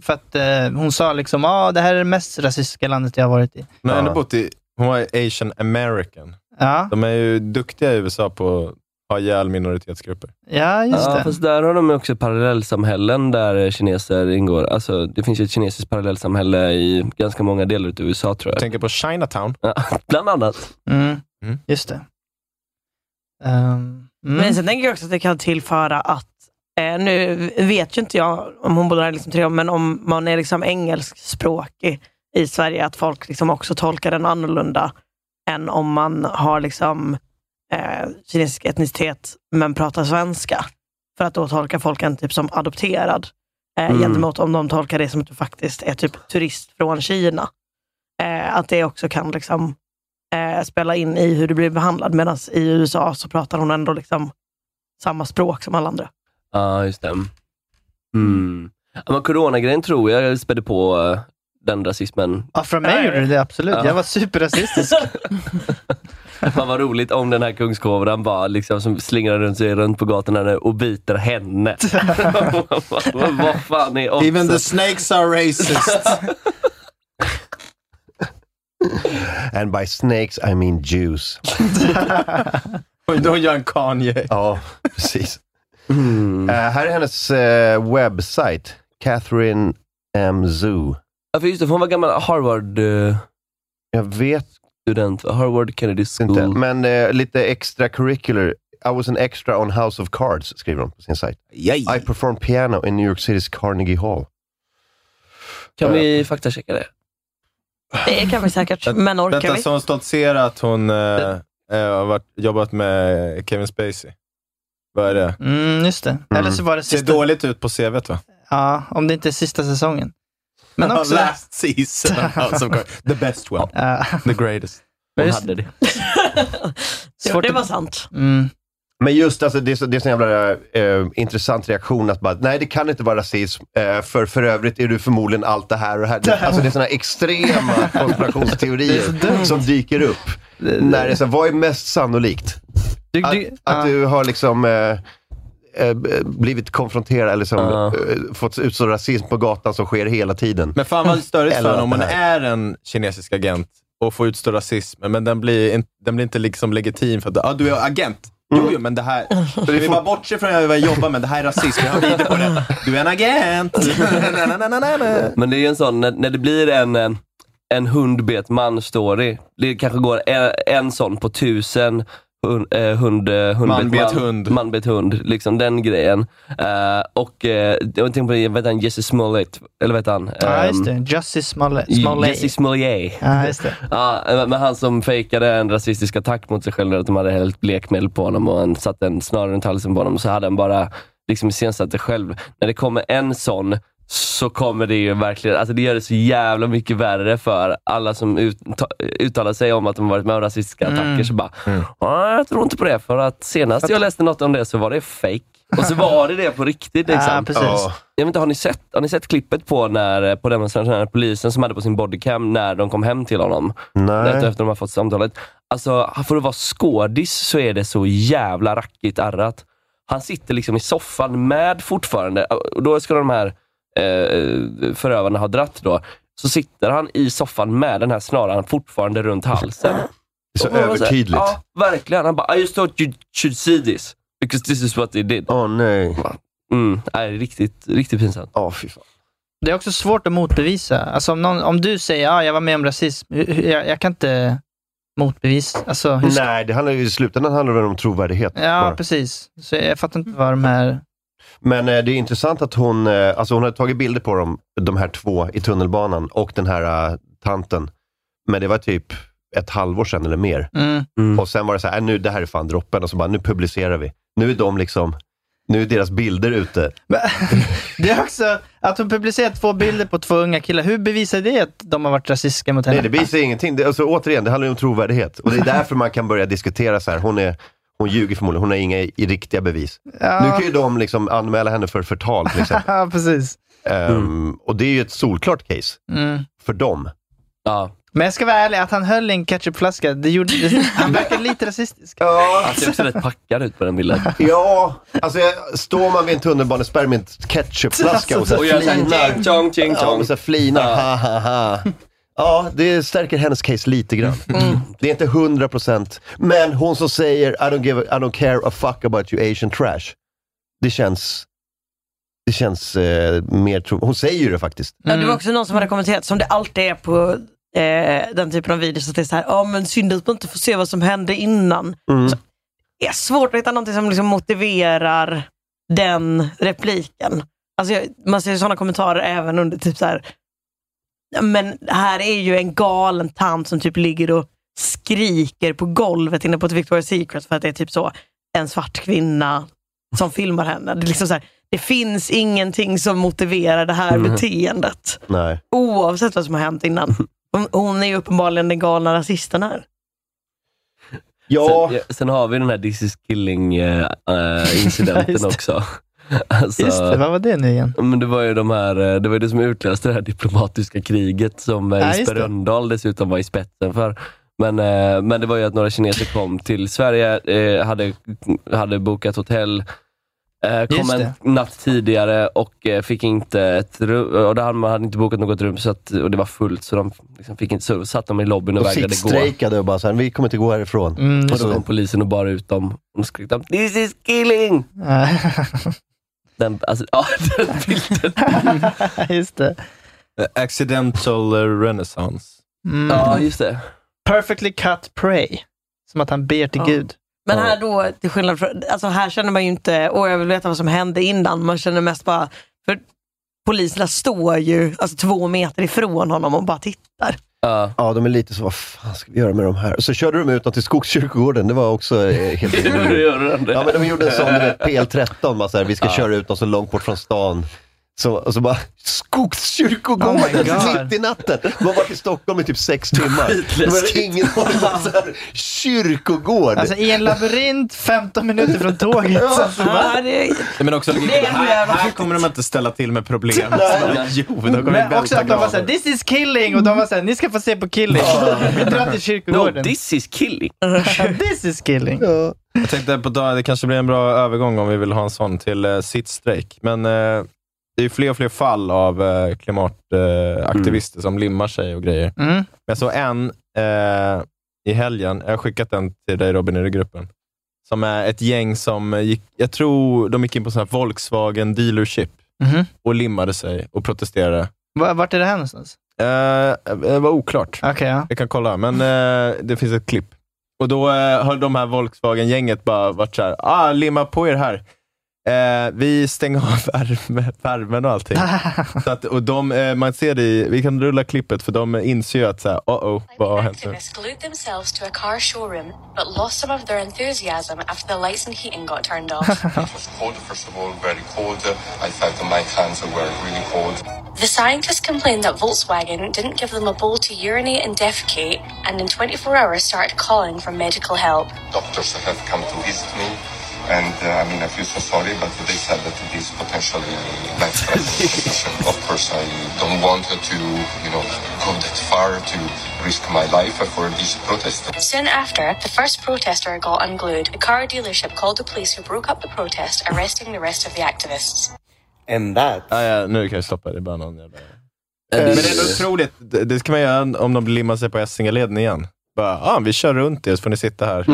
S2: För att eh, hon sa liksom, ah, det här är det mest rasistiska landet jag har varit i.
S3: Men ändå bott i, hon var ju asian american.
S2: Ja,
S3: De är ju duktiga i USA på att ha ihjäl minoritetsgrupper.
S2: ja just
S5: Ja,
S2: det.
S5: fast där har de ju också parallellsamhällen där eh, kineser ingår. Alltså, det finns ju ett kinesiskt parallellsamhälle i ganska många delar utav USA tror jag.
S3: Jag tänker på Chinatown.
S5: Ja, bland annat.
S2: Mm. Just det. Ehm, mm.
S6: Men sen tänker jag också att det kan tillföra att, eh, nu vet ju inte jag om hon bor där liksom tre år, men om man är liksom engelskspråkig i Sverige, att folk liksom också tolkar den annorlunda än om man har liksom, eh, kinesisk etnicitet men pratar svenska. För att då tolkar folk en typ som adopterad. Eh,
S5: Mm.
S6: Gentemot om de tolkar det som att du faktiskt är typ turist från Kina. Eh, att det också kan liksom, eh, spela in i hur du blir behandlad. Medan i USA så pratar hon ändå liksom samma språk som alla andra.
S5: Ja, just det. Mm. Ja, men coronagrejen tror jag spädde på eh, den rasismen.
S2: Ja, för mig gjorde det det absolut.
S5: Ja.
S2: Jag
S6: [LAUGHS]
S2: var superrasistisk.
S5: Fan vad roligt om den här kungskobran bara liksom som slingrar runt sig runt på gatorna nu och
S2: [LAUGHS]
S5: biter henne. vad, vad fan är oddsen?
S3: Even the snakes are [LAUGHS] racist.
S1: And by snakes I mean Jews.
S3: Hon hon gör en Kanye.
S1: Ja, precis. Eh, här är hennes eh, webbsajt. Catherine M. Zoo.
S5: Ja, för just det, för hon var gammal Harvard... eh,
S1: Jag vet
S5: Student, Harvard Kennedy School.
S1: inte, men eh, lite extra curricular. I was an extra on House of Cards, skriver hon på sin sajt. I performed piano in New York City's Carnegie Hall.
S5: Kan vi faktachecka det?
S6: Det kan vi säkert, men orkar
S3: Vänta,
S6: vi?
S3: så hon stoltserar att hon eh, eh, har varit, jobbat med Kevin Spacey? Vad är det?
S2: Mm, just det. Eller så var det
S3: Ser
S2: sista...
S3: dåligt ut på CVt va?
S2: Ja, om det inte är sista säsongen. Men också...
S3: Last season of House of Cards. The best one.
S2: [LAUGHS] Ja.
S3: The greatest.
S2: Men just-
S5: det.
S6: Jo, det var sant.
S2: Mm.
S1: Men just alltså, det är så, det är så jävla eh, intressant reaktion att bara, nej det kan inte vara rasism, eh, för för övrigt är du förmodligen allt det här och det här.
S2: [LAUGHS]
S1: Det, alltså det är sådana extrema konspirationsteorier som dyker upp. När det är så, här, vad är mest sannolikt?
S2: Du-
S1: att,
S2: du-
S1: att
S2: ja.
S1: du har liksom eh, eh, blivit konfronterad eller som, eh, fått utstå rasism på gatan som sker hela tiden.
S3: Men fan vad störigt för
S1: Eller
S3: henne om
S1: det
S3: man
S1: här.
S3: är en kinesisk agent och får utstå rasism, men den blir, in, den blir inte liksom legitim för att ah, du är agent. Jo, jo, men det här... Vi vill bara bortse från vad jag jobbar med. Det här är rasism. Jag har vidare på det. Du är en agent! Na, na, na, na, na, na.
S5: Men det är ju en sån, när, när det blir en, eh, eh, en hund bet man story, det kanske går en, en sån på tusen hund, eh, hund, eh, hund
S3: Man bet hund.
S5: Man bet hund. Liksom den grejen. Eh, och eh, jag tänkte på, vad heter han, Jesse Smollett? Eller vad heter han?
S2: Ja,
S5: Ehm,
S2: just det. Justice Smollett. Smollett.
S5: Jesse Smollett.
S2: Ja, just det.
S5: Ja, men han som fejkade en rasistisk attack mot sig själv, att de hade hällt blekmedel på honom och han satte en snara runt halsen på honom, så hade han bara liksom iscensatt det själv. När det kommer en sån, så kommer det ju verkligen, alltså det gör det så jävla mycket värre för alla som ut, ta, uttalar sig om att de varit med om rasistiska
S3: Mm.
S5: attacker. Så bara, "Ja, jag tror inte på det, för att senast jag läste något om det så var det fake. Och så var det det på riktigt.
S2: [LAUGHS]
S5: Liksom.
S2: Ja, precis. Ja.
S5: Jag vet inte, har ni sett, har ni sett klippet på när på den här polisen som hade på sin bodycam när de kom hem till honom?
S1: Nej.
S5: Efter, efter de har fått samtalet. Alltså, för att vara skådis så är det så jävla rackigt arrat. Han sitter liksom i soffan med fortfarande, och då ska de här eh, förövarna ha dratt då. Så sitter han i soffan med den här snaran fortfarande runt halsen.
S1: [LAUGHS] Så
S5: Och man bara
S1: övertydligt.
S5: Så här, ja, verkligen. Han bara, I just thought you should see this. Because this is what they did.
S1: Åh nej.
S5: Mm, nej, riktigt, riktigt pinsamt.
S1: Ja, fy fan.
S2: Det är också svårt att motbevisa. Alltså om, någon, om du säger att ah, jag var med om rasism, hu- hu- jag, jag kan inte motbevisa. Alltså, hur ska-
S1: Nej, det handlar ju i slutändan handlar det väl om trovärdighet.
S2: Ja,
S1: bara.
S2: precis. Så jag fattar inte vad de här...
S1: Men eh, det är intressant att hon, eh, alltså hon hade tagit bilder på dem, de här två i tunnelbanan och den här eh, tanten. Men det var typ ett halvår sedan eller mer.
S2: Mm.
S1: Och sen var det så här, äh, nu det här är fan droppen. Och så bara, nu publicerar vi. Nu är de liksom, nu är deras bilder ute.
S2: Det är också att hon publicerat två bilder på två unga killar. Hur bevisar det att de har varit rasistiska mot henne?
S1: Nej, det bevisar ingenting. Det, alltså, återigen, det handlar ju om trovärdighet. Och det är därför man kan börja diskutera så här, hon, är, hon ljuger förmodligen, hon har inga i, riktiga bevis.
S2: Ja.
S1: Nu kan ju de liksom anmäla henne för förtal
S2: [LAUGHS]
S1: till exempel.
S2: Ja, precis.
S1: Ehm, Och det är ju ett solklart case
S2: Mm.
S1: för dem.
S5: Ja.
S2: Men jag ska vara ärlig, att han höll i en ketchupflaska, det gjorde, det, han verkade lite rasistisk.
S1: Ja.
S5: Han ser också rätt packad ut på den
S1: [LAUGHS]
S5: bilden.
S1: Ja, alltså jag- står man vid en tunnelbanespärr med en ketchupflaska och så
S5: Alltså, Och gör så här,
S1: flinar.
S5: ching, chong, ching,
S1: Ja,
S5: chong.
S1: och så flinar. Ha, ha, ha. Ja, det stärker hennes case lite grann. Det är inte 100 procent. Men hon som säger I don't, give a, I don't care a fuck about you asian trash. Det känns, det känns eh, mer tro... Hon säger ju det faktiskt.
S6: Ja,
S3: Mm.
S6: det var också någon som hade kommenterat, som det alltid är på eh, den typen av videos, att det är så här, ja men synd att man inte får se vad som hände innan.
S1: Mm.
S6: Det är svårt att hitta någonting som liksom motiverar den repliken. Alltså, jag, man ser ju sådana kommentarer även under typ så här, "Ja, men här är ju en galen tant som typ ligger och skriker på golvet inne på ett Victoria's Secret för att det är typ så en svart kvinna som filmar henne. Det, är liksom så här, det finns ingenting som motiverar det här
S1: Mhm.
S6: beteendet.
S1: Nej.
S6: Oavsett vad som har hänt innan. Hon, hon är ju uppenbarligen den galna rasisten här.
S1: Ja.
S5: Sen, ja, sen har vi den här This is killing eh, eh,
S2: [LAUGHS] Ja,
S5: incidenten
S2: just det.
S5: också. [LAUGHS] Alltså,
S2: Just det, vad var det nu igen?
S5: men det var ju de här, eh, det var ju det som utlöste det här diplomatiska kriget som eh,
S2: Ja, just
S5: Jesper
S2: det.
S5: Rönndahl dessutom var i spetsen för. Men, eh, men det var ju att några kineser kom till Sverige, eh, hade, hade bokat hotell, eh, kom
S2: Just
S5: en
S2: det.
S5: natt tidigare och eh, fick inte ett rum. Och där hade man hade inte bokat något rum så att, och det var fullt så de liksom fick inte, så satt de i lobbyn och,
S1: Och
S5: vägrade gå.
S1: sittstrejkade och bara såhär, vi kommer inte gå härifrån.
S2: Mm,
S5: Och då kom polisen och bar ut dem. De skrek de, This is killing! Den, alltså, ja, [LAUGHS] den bilden.
S2: [LAUGHS] Just det.
S3: Eh, Accidental eh, renaissance.
S2: Mm.
S5: Ja, just det.
S2: Perfectly cut pray. Som att han ber till
S6: Ja.
S2: Gud.
S6: Men här då, till skillnad från, alltså här känner man ju inte, åh jag vill veta vad som hände innan. Man känner mest bara, för poliserna står ju alltså, två meter ifrån honom och bara tittar.
S1: Ja, de är lite så, vad fan ska vi göra med de här? Så körde de ut dem till Skogskyrkogården, det var också eh, helt
S5: Hur gör den det?
S1: Ja, men de gjorde en sån,
S2: [LAUGHS]
S1: du vet, PL13, bara så här, vi ska köra ut dem så långt bort från stan. Så, och så bara, Skogskyrkogården,
S2: Oh my God.
S1: mitt i natten! De har varit i Stockholm i typ sex timmar. De
S5: Skitläskigt.
S1: hade ingen aning om så här, kyrkogård!
S2: Alltså i en
S5: [LAUGHS]
S2: labyrint 15 minuter från tåget. Alltså, va?
S6: Ja, det,
S3: Men också,
S2: Det är ändå
S3: här,
S2: jävla
S3: här
S2: fittigt.
S3: kommer de inte ställa till med problem.
S2: Nej.
S3: jo, då kommer
S2: Men
S3: vi
S2: också
S3: välta
S2: att de var såhär,
S3: graven.
S2: this is killing! Och de var såhär, ni ska få se på killing. Vi drar till
S5: No,
S2: kyrkogården.
S5: this is
S2: [LAUGHS]
S5: killing.
S2: this is killing.
S3: Jag tänkte på dagen, det kanske blir en bra övergång om vi vill ha en sån till eh, sittstrejk. Men eh, det är ju fler och fler fall av eh, klimataktivister som limmar sig och grejer.
S2: Mm.
S3: Jag såg en eh, i helgen, jag har skickat den till dig Robin i gruppen, som är ett gäng som gick, jag tror de gick in på sån här Volkswagen dealership
S2: Mhm.
S3: och limmade sig och protesterade.
S2: Va- Vart är det här någonstans?
S3: Eh, det var oklart.
S2: Okej, ja.
S5: [LAUGHS]
S3: Jag kan kolla, men eh, det finns ett klipp. Och då eh, har de här Volkswagen-gänget bara varit så här, ah, limma på er här. Eh, vi stänger av [LAUGHS] värme, värmen och allting. så att, och de, eh, man ser det i, vi kan rulla klippet för de inser ju att så här, oh oh, vad har hänt nu?
S17: Activists glued themselves to a car showroom but lost some of their enthusiasm after the lights and heating got turned off.
S18: It was cold, first of all, very cold. I felt that my hands were really cold.
S17: the scientists complained that Volkswagen didn't give them a bowl to urinate and defecate and in 24 hours started calling for medical help.
S18: Doctors have come to visit me, and uh, I mean, I feel so sorry, but they said that it is potentially life-threatening situation. Of course, I don't want to, you know, go that far to risk my life for these protests.
S17: Soon after, the first protester got unglued. A car dealership called the police who broke up the protest, arresting the rest of the activists.
S3: And that. Ah, ja, nu kan jag stoppa, det är bara någon jävla...
S19: det-
S3: Eh, Men det är ändå otroligt, det det ska man göra om de limmar sig på Essingeleden igen. Bara, ah, vi kör runt er så får ni sitta här.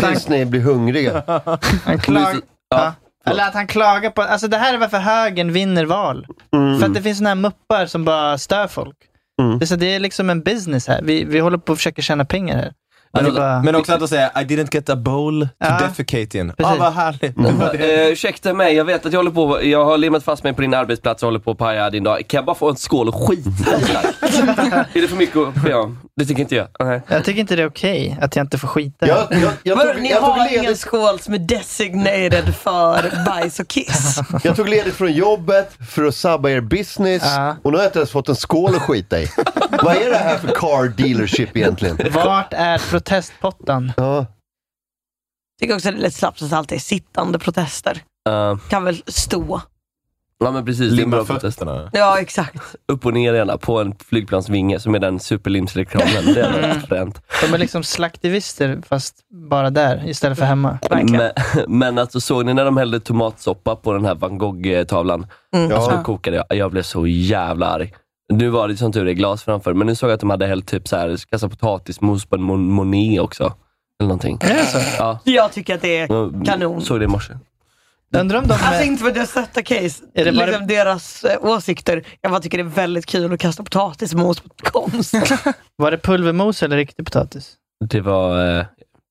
S1: Tills ni blir hungriga.
S2: Han klag... ja. Eller att han klagar på... Alltså det här är varför högern vinner val.
S5: Mm.
S2: För att det finns såna här muppar som bara stör folk. Det, är så, det är liksom en business här. Vi, vi håller på att försöka tjäna pengar här.
S3: Men,
S5: Alltså,
S2: Det är bara-
S3: men också att de säger, I didn't get a bowl to
S2: Ja.
S3: defecate in.
S2: Precis.
S3: Ah, vad härligt.
S5: Eh, ursäkta mig, jag vet att jag håller på, jag har limmat fast mig på din arbetsplats och håller på att paja din dag. Kan jag bara få en skål och [LAUGHS] skit Är det för mycket att be om? Det tycker inte jag. Nej.
S2: Jag tycker inte det är okej att jag inte får skita.
S6: Vadå, ni har ingen skål som är designated för bajs och kiss.
S1: Jag tog ledigt från jobbet för att sabba er business och nu har jag inte ens fått en skål att skita i. Vad är det här för car dealership egentligen?
S2: Vart är protestpottan?
S1: Ja.
S6: Tycker också det är lite slappt att det alltid är sittande protester.
S5: Eh,
S6: Kan väl stå.
S5: ja men precis. Limma fötterna.
S6: Ja, exakt.
S5: Upp och ner gärna på en flygplansvinge som är den superlimsreklamen. Det är [LAUGHS]
S2: Mm.
S5: rätt fränt.
S2: De är liksom slaktivister fast bara där istället för hemma.
S5: Men, [LAUGHS] men alltså såg ni när de hällde tomatsoppa på den här van Gogh-tavlan?
S2: Mm.
S5: Alltså
S2: Ja.
S5: då kokade jag. Jag blev så jävla arg. Nu var det som tur är glas framför, men nu såg jag att de hade hällt typ så här, kassa potatismos på en mon- Monet också. Eller någonting. Ja.
S6: Jag tycker att det
S2: Mm,
S6: är kanon.
S5: Såg det i morse.
S2: Undrar om de...
S6: Alltså inte för att jag stöttar case,
S2: Är det bara-
S6: liksom deras eh, åsikter. Jag bara tycker det är väldigt kul att kasta potatismos på konst.
S2: Mm. Var det pulvermos eller riktig potatis?
S5: Det var, eh, eh,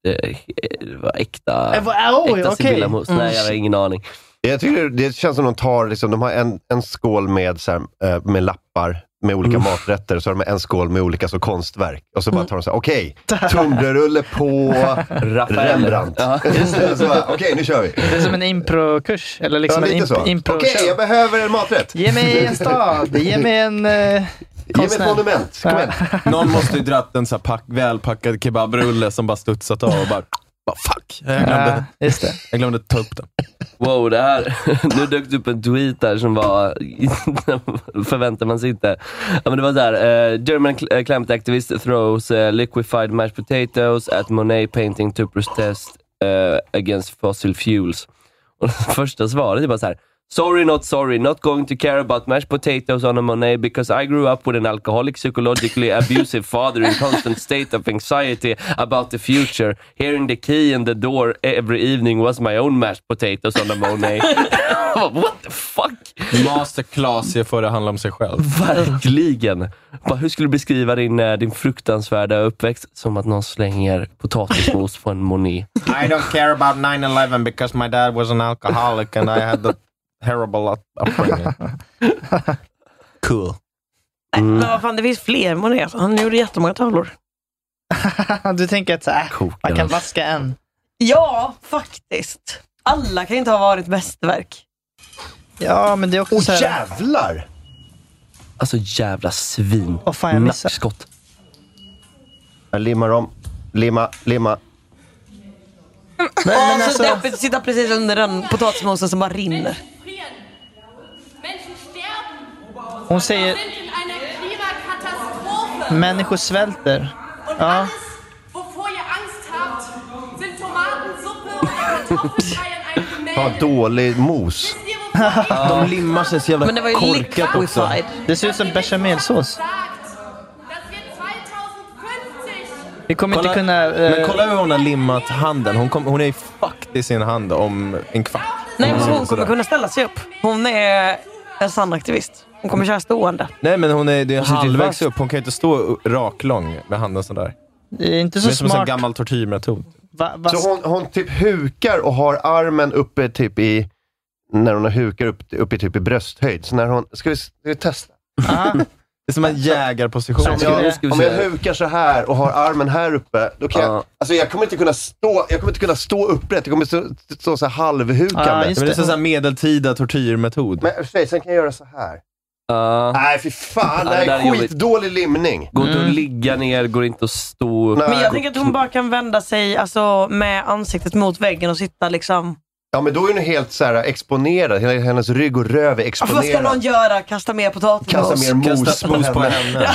S5: det var äkta,
S2: Eh,
S1: Äh,
S2: vad- ah, oj,
S5: äkta
S2: okej.
S5: Sibylla-mos. Nej, jag har
S1: Mm.
S5: ingen aning.
S1: Jag tycker det känns som de tar, liksom, de har en, en skål med, så här, eh, med lappar med olika maträtter och så har de en skål med olika så konstverk. Och så bara tar de så här, okej, Tumlerulle på Rembrandt.
S5: Ja.
S1: Och [LAUGHS] så bara, Okej, nu kör vi.
S2: Det är som en improkurs. Eller liksom
S1: Ja,
S2: en
S1: lite så.
S2: imp- impro
S1: Okej, jag behöver en maträtt.
S2: Ge mig
S1: [LAUGHS]
S2: en stad. Ge mig en eh, konstnär.
S1: Kom igen.
S3: Någon måste ju dratt en så här pack, välpackad kebabrulle som bara studsat av och bara, bara fuck. Jag glömde,
S2: ja, just det. [LAUGHS]
S3: jag glömde ta upp den.
S5: Wow, det här. [LAUGHS] Nu dök det upp en tweet där som var, [LAUGHS] förväntar man sig inte. Ja, men det var där. Uh, German cl- eh, climate activist throws eh, liquefied mashed potatoes at Monet painting to protest eh, against fossil fuels. Och [LAUGHS] det första svaret är bara så här. Sorry, not sorry. Not going to care about mashed potatoes on a Monet because I grew up with an alcoholic, psychologically abusive father in constant state of anxiety about the future. Hearing the key in the door every evening was my own mashed potatoes on a Monet. [LAUGHS] What the fuck?
S3: Masterclass, jag får det handla om sig själv.
S5: Verkligen. Bara, hur skulle du beskriva din, eh, din fruktansvärda uppväxt? Som att någon slänger potatismos på en Monet.
S3: I don't care about 9-11 because my dad was an alcoholic and I had a terrible up- upbringing. Cool.
S5: Mm,
S6: Men vad fan, det finns fler Monet. Han gjorde jättemånga tavlor.
S2: du tänker att så, äh, man
S5: alltså.
S2: kan vaska en.
S6: Ja, faktiskt. Alla kan inte ha varit mästerverk.
S2: Ja, men det är också så här...
S1: Oh, jävlar!
S5: Alltså jävla svin.
S2: Åh fan, jag
S6: [LAUGHS]
S2: missade.
S5: Nackskott.
S1: Jag limmar om. Limma, limma.
S6: Nej,
S2: men
S6: så
S2: alltså-
S6: deppigt att sitta precis under den potatismosen som bara rinner.
S2: Hon säger människor svälter. Ja.
S20: Wovor ihr Angst habt, sind Tomatensuppe oder Kartoffelbrei in einem
S1: Ta
S20: Gemälde.
S1: dålig mos.
S3: De limmar sig så jävla
S20: Men det var ju
S3: korkat också.
S20: liquefied.
S2: Det ser ut som bechamelsås. Vi kommer inte kunna... eh,
S3: Men kolla hur hon har limmat handen. Hon, kom, hon är fucked i sin hand om en kvart.
S6: Nej, men
S3: Hon
S6: hon
S3: sådär.
S6: kommer kunna ställa sig upp. Hon är en sann aktivist. Hon kommer köra stående.
S3: Nej, men hon är, Alltså, det är
S6: sitter
S3: halvvägs
S6: fast.
S3: upp. Hon kan ju inte stå raklång med handen sådär.
S2: Det är inte
S3: det
S2: så
S3: är som en
S2: smart.
S3: gammal tortyrmetod.
S2: Va, va,
S1: Så hon, hon typ hukar och har armen uppe typ i, när hon hukar upp, uppe typ i brösthöjd. Så när hon, ska vi, ska vi testa?
S2: Ah.
S3: Det är som en jägarposition.
S1: Så om, jag, om jag hukar så här och har armen här uppe, då kan jag,
S3: Ja.
S1: alltså jag kommer inte kunna stå, jag kommer inte kunna stå upprätt. Jag kommer stå, stå så här
S3: Men
S1: halvhukande.
S3: det är som en sån här medeltida tortyrmetod.
S1: Men i och för sig, sen kan jag göra så här.
S6: Ah.
S1: Nej, fy fan.
S5: Ja,
S1: Det
S5: det där
S1: här
S5: är
S1: är
S5: jobbigt.
S1: skitdålig limning.
S5: Går inte att ligga ner, går inte att stå upp.
S6: Mm. Men jag tänker att hon bara kan vända sig alltså, med ansiktet mot väggen och sitta liksom...
S1: Ja, men då är hon helt så här exponerad. Hela hennes rygg och röv är
S6: Ah, för Vad ska någon
S1: exponerad.
S6: göra? Kasta mer potatis?
S1: Kasta mer mos på henne.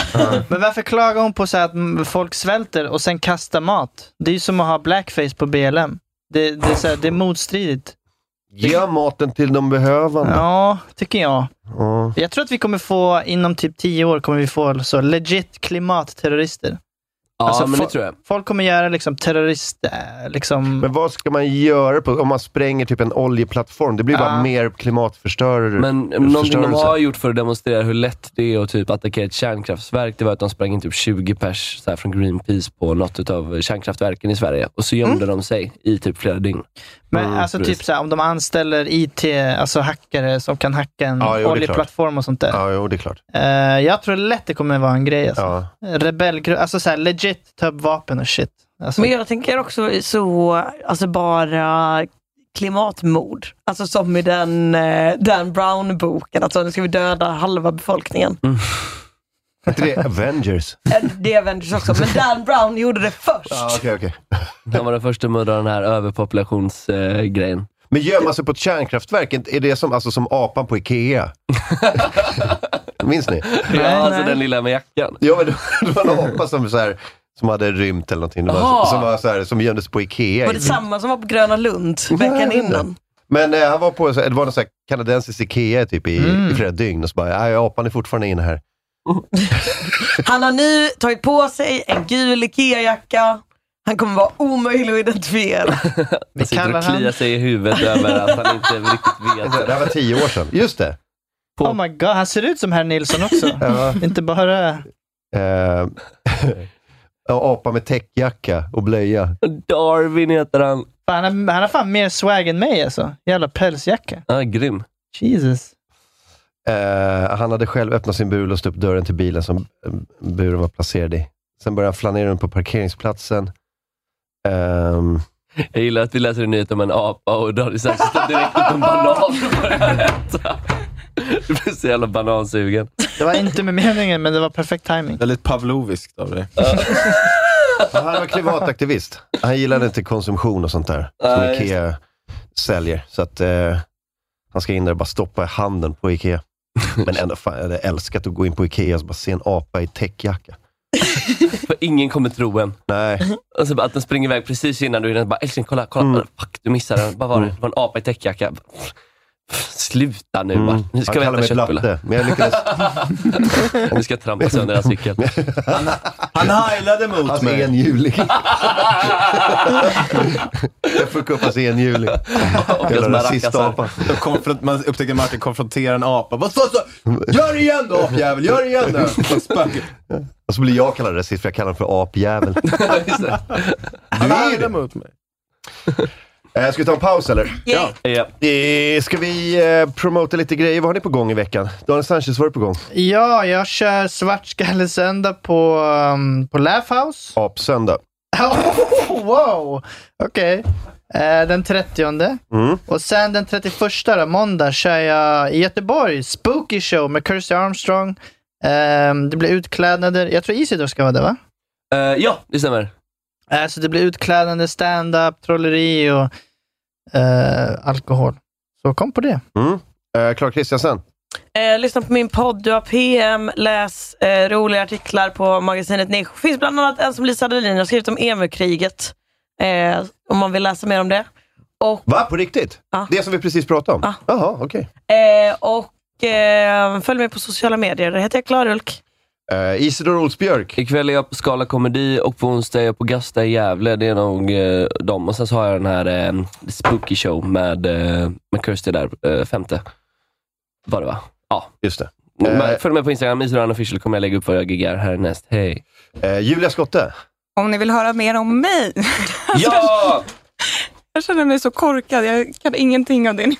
S2: [LAUGHS] Men varför klagar hon på så här att mm, folk svälter och sen kastar mat? Det är ju som att ha blackface på BLM. Det, det, är, så här, det är motstridigt.
S1: [LAUGHS] Ge maten till de behövande.
S2: Ja, tycker jag.
S1: Ja.
S2: Jag tror att vi kommer få, inom typ tio år, kommer vi få så legit klimatterrorister.
S5: Ja,
S6: Alltså,
S5: men det
S2: fo-
S5: tror jag.
S2: Folk kommer göra liksom terrorist... äh, Liksom,
S1: Men vad ska man göra på, om man spränger typ en oljeplattform? Det blir bara
S2: Ja.
S1: mer klimatförstörelse.
S5: Men någonting de har gjort för att demonstrera hur lätt det är att typ attackera ett kärnkraftverk, det var att de sprang in typ 20 pers så här, från Greenpeace på något av kärnkraftverken i Sverige. Och så gömde de sig i typ flera dygn.
S2: Mm.
S5: Mm,
S2: Men alltså typ såhär, om de anställer IT, alltså hackare som kan hacka en
S1: Ja, jo, det är
S2: oljeplattform och sånt där.
S1: Ja, jo, det är klart.
S2: Eh, jag tror lätt det kommer vara en grej. Alltså.
S1: Ja.
S2: Rebellgrupp, alltså såhär legit ta upp vapen och shit. Alltså,
S6: Men jag tänker också så, alltså bara klimatmord. Alltså som i den eh, Dan Brown-boken, alltså nu ska vi döda halva befolkningen.
S1: inte [LAUGHS] det Avengers?
S6: Eh, Det är Avengers också,
S1: [LAUGHS]
S6: men Dan Brown gjorde det först.
S1: Mm. Ja, okej, okej.
S5: Han var den första med att dra den här överpopulationsgrejen.
S1: Men gömma sig på ett kärnkraftverk, är det som, alltså, som apan på [LAUGHS] Ikea? Minns ni?
S5: ja, alltså den lilla med jackan.
S1: Ja, men det det var en apa som, så här, som hade rymt eller någonting. Det var,
S6: Jaha.
S1: som, var så här, som gömdes på Ikea.
S6: Var det samma som var på Gröna Lund veckan innan?
S1: Men eh, han var på, så- det var någon så här kanadensisk Ikea typ i, i flera dygn och så bara, nej apan är fortfarande inne här.
S6: Han har nu tagit på sig en gul IKEA-jacka. Han kommer vara omöjlig att identifiera.
S5: Han sitter
S6: kallar
S5: och kliar
S6: han-
S5: sig i huvudet över att han inte
S2: [LAUGHS]
S5: riktigt vet.
S1: Det här var tio år sedan. Just det.
S2: oh my god, han ser ut som herr Nilsson [LAUGHS] också.
S1: Ja.
S2: Inte bara...
S1: Eh, [LAUGHS] och apa med täckjacka och blöja.
S5: Darwin heter han.
S2: Fan, han, har- han har fan mer swag än mig alltså. Jävla pälsjacka.
S5: Ja, Ah, grym.
S2: Jesus.
S1: Eh, han hade själv öppnat sin bur och låst upp dörren till bilen som eh, buren var placerad i. Sen började han flanera runt på parkeringsplatsen. Ehm,
S5: Jag gillar att vi läser en nyhet om en apa och Daniel Sandström står direkt upp en banan och börjar äta. Du blir så jävla banansugen.
S2: Det var inte med meningen, men det var perfekt timing.
S3: Väldigt pavloviskt av dig.
S1: han var klimataktivist. Han gillade inte konsumtion och sånt där som
S5: Nej, just
S1: Ikea säljer. Så att eh, han ska in där och bara stoppa i handen på Ikea. Men ändå, fan, jag hade älskat att gå in på Ikea och bara se en apa i täckjacka.
S5: För ingen kommer tro en.
S1: Nej.
S5: Alltså att den springer iväg precis innan du hinner. Bara, älskling, kolla, kolla. Fuck, du missade den. Vad var det? Det var en apa i täckjacka. Pff, Sluta nu bara. Mm, Nu ska
S1: Han
S5: vi
S1: kallar
S5: äta
S1: mig
S5: köttbullar.
S1: Blatte, men
S5: [LAUGHS]
S1: jag lyckades...
S5: Nu ska jag trampa sönder hans cykel.
S3: [LAUGHS] Han heilade mot
S1: Hans
S3: mig.
S5: [LAUGHS]
S1: enhjuling. jag fuckade upp hans enhjuling. Jävla
S5: maracas
S1: rasistapa.
S3: Då konfront- Man upptäcker Martin konfronterar en apa. Vad sa du? Gör det igen då apjävel, gör det igen då. Spöket.
S1: Och så blir jag kallad rasist för jag kallar honom
S5: [LAUGHS]
S1: för apjävel.
S5: Just det.
S3: Han heilade mot mig.
S1: Eh, ska vi ta en paus eller?
S6: Ja.
S5: Ja.
S1: Eh, ska vi eh, promota lite grejer? Vad har ni på gång i veckan? Daniel Sanchez, vad har du på gång?
S2: Ja, jag kör svartskallesöndag på, um, på Laugh House.
S1: Apsöndag.
S2: Oh, wow! Okej. Eh, den 30.
S1: Mm.
S2: Och sen den 31 då, måndag kör jag i Göteborg, Spooky Show med Kirsty Armstrong. Ehm, det blir utklädnader. Jag tror Isidor ska vara där va?
S5: Eh, ja, det stämmer.
S2: Eh, så det blir utklädnader, stand-up, trolleri och eh, alkohol. Så kom på det.
S1: Mm. Eh, Clark Kristiansen.
S6: Eh, lyssna på min podd, du har PM, läs eh, roliga artiklar på magasinet Nisch. finns bland annat en som Lisa Adelin har skrivit om EMU-kriget. Eh, om man vill läsa mer om det. Och,
S1: Va? På riktigt?
S6: Ja.
S1: Det som vi precis pratade
S4: Ah.
S1: om? Jaha, okej.
S6: eh, och eh, följ mig på sociala medier. Där heter jag Klarulk.
S1: Eh, Isidor Olsbjörk.
S5: Ikväll är jag på Skala Komedi och på onsdag är jag på Gasta i Gävle. Det är nog eh, dem. Och sen så har jag den här eh, Spooky Show med, eh, med Kirsty där, eh, femte. Var det va? Ja.
S1: Just det.
S5: Men
S1: Eh.
S4: [LAUGHS]
S5: Följ med på Instagram, Isidor Unofficial kommer jag lägga upp vad jag giggar härnäst. Hej.
S1: Eh, Julia Skotte.
S4: Om ni vill höra mer om mig. [LAUGHS]
S5: Ja!
S4: Jag känner mig så korkad. Jag kan ingenting av det ni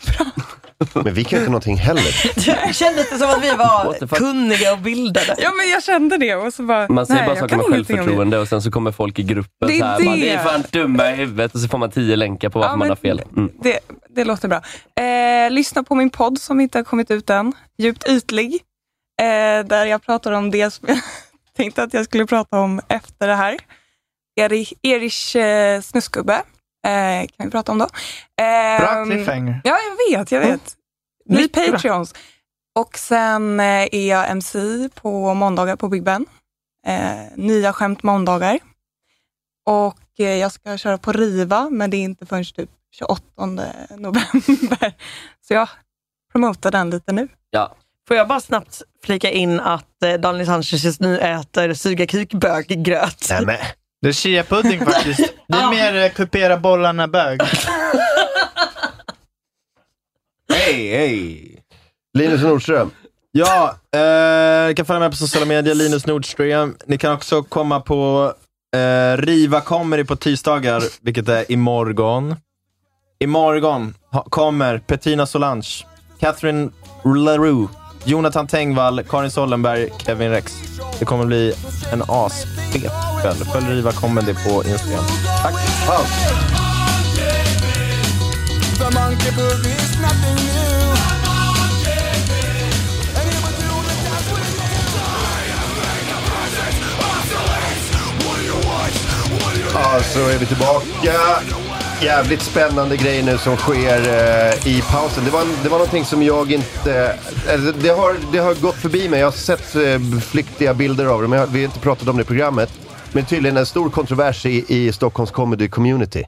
S1: Men vi kan inte någonting heller.
S6: Det kändes det som att vi
S5: What the
S6: var
S5: fuck?
S6: kunniga och bildade.
S4: Ja, men jag kände det och så bara,
S5: Man säger
S4: nej,
S5: bara
S4: jag
S5: saker
S4: kan
S5: med
S4: ingenting om det.
S5: självförtroende och sen så kommer folk i gruppen
S4: Det är
S5: så här, bara,
S4: det.
S5: det är fan dumma i huvudet och så får man tio länkar på varför
S4: Ja,
S5: man
S4: men-
S5: har fel. Mm.
S4: Det, det låter bra. Eh, lyssna på min podd som inte har kommit ut än, Djupt ytlig, eh, där jag pratar om det som jag [LAUGHS] tänkte att jag skulle prata om efter det här. Erich, Erich eh, Snusgubbe eh, kan vi prata om då. Eh,
S2: Bra cliffhanger.
S4: Ja, jag vet, jag vet. Ni Patreons. Och sen eh, är jag MC på måndagar på Big Ben. Eh, nya skämt måndagar. Och eh, jag ska köra på Riva, men det är inte förrän typ 28 november. Så jag promotar den lite nu.
S5: Ja.
S6: Får jag bara snabbt flika in att eh, Daniel Sanchez just nu äter suga kukböggröt.
S2: Det är chia-pudding
S4: [LAUGHS]
S2: faktiskt. Det är mer eh, kupera bollarna bög.
S3: Hej, hej!
S1: Linus Nordström.
S3: Ja, eh, ni kan följa mig på sociala medier, Linus Nordström. Ni kan också komma på eh, Riva Comedy på tisdagar, vilket är imorgon. Imorgon ha, kommer Petina Solange, Catherine LaRue, Jonathan Tengvall, Karin Sollenberg, Kevin Rex. Det kommer bli en asfet kväll. Följ Riva Comedy på Instagram. Tack!
S21: The monkey book is nothing new.
S1: Ja, så är vi tillbaka. Jävligt spännande grejer nu som sker eh, i pausen. Det var, det var någonting som jag inte... Alltså, det, har, det har gått förbi mig. Jag har sett eh, flyktiga bilder av det, men jag, vi har inte pratat om det i programmet. Men tydligen en stor kontrovers i, i Stockholms comedy community.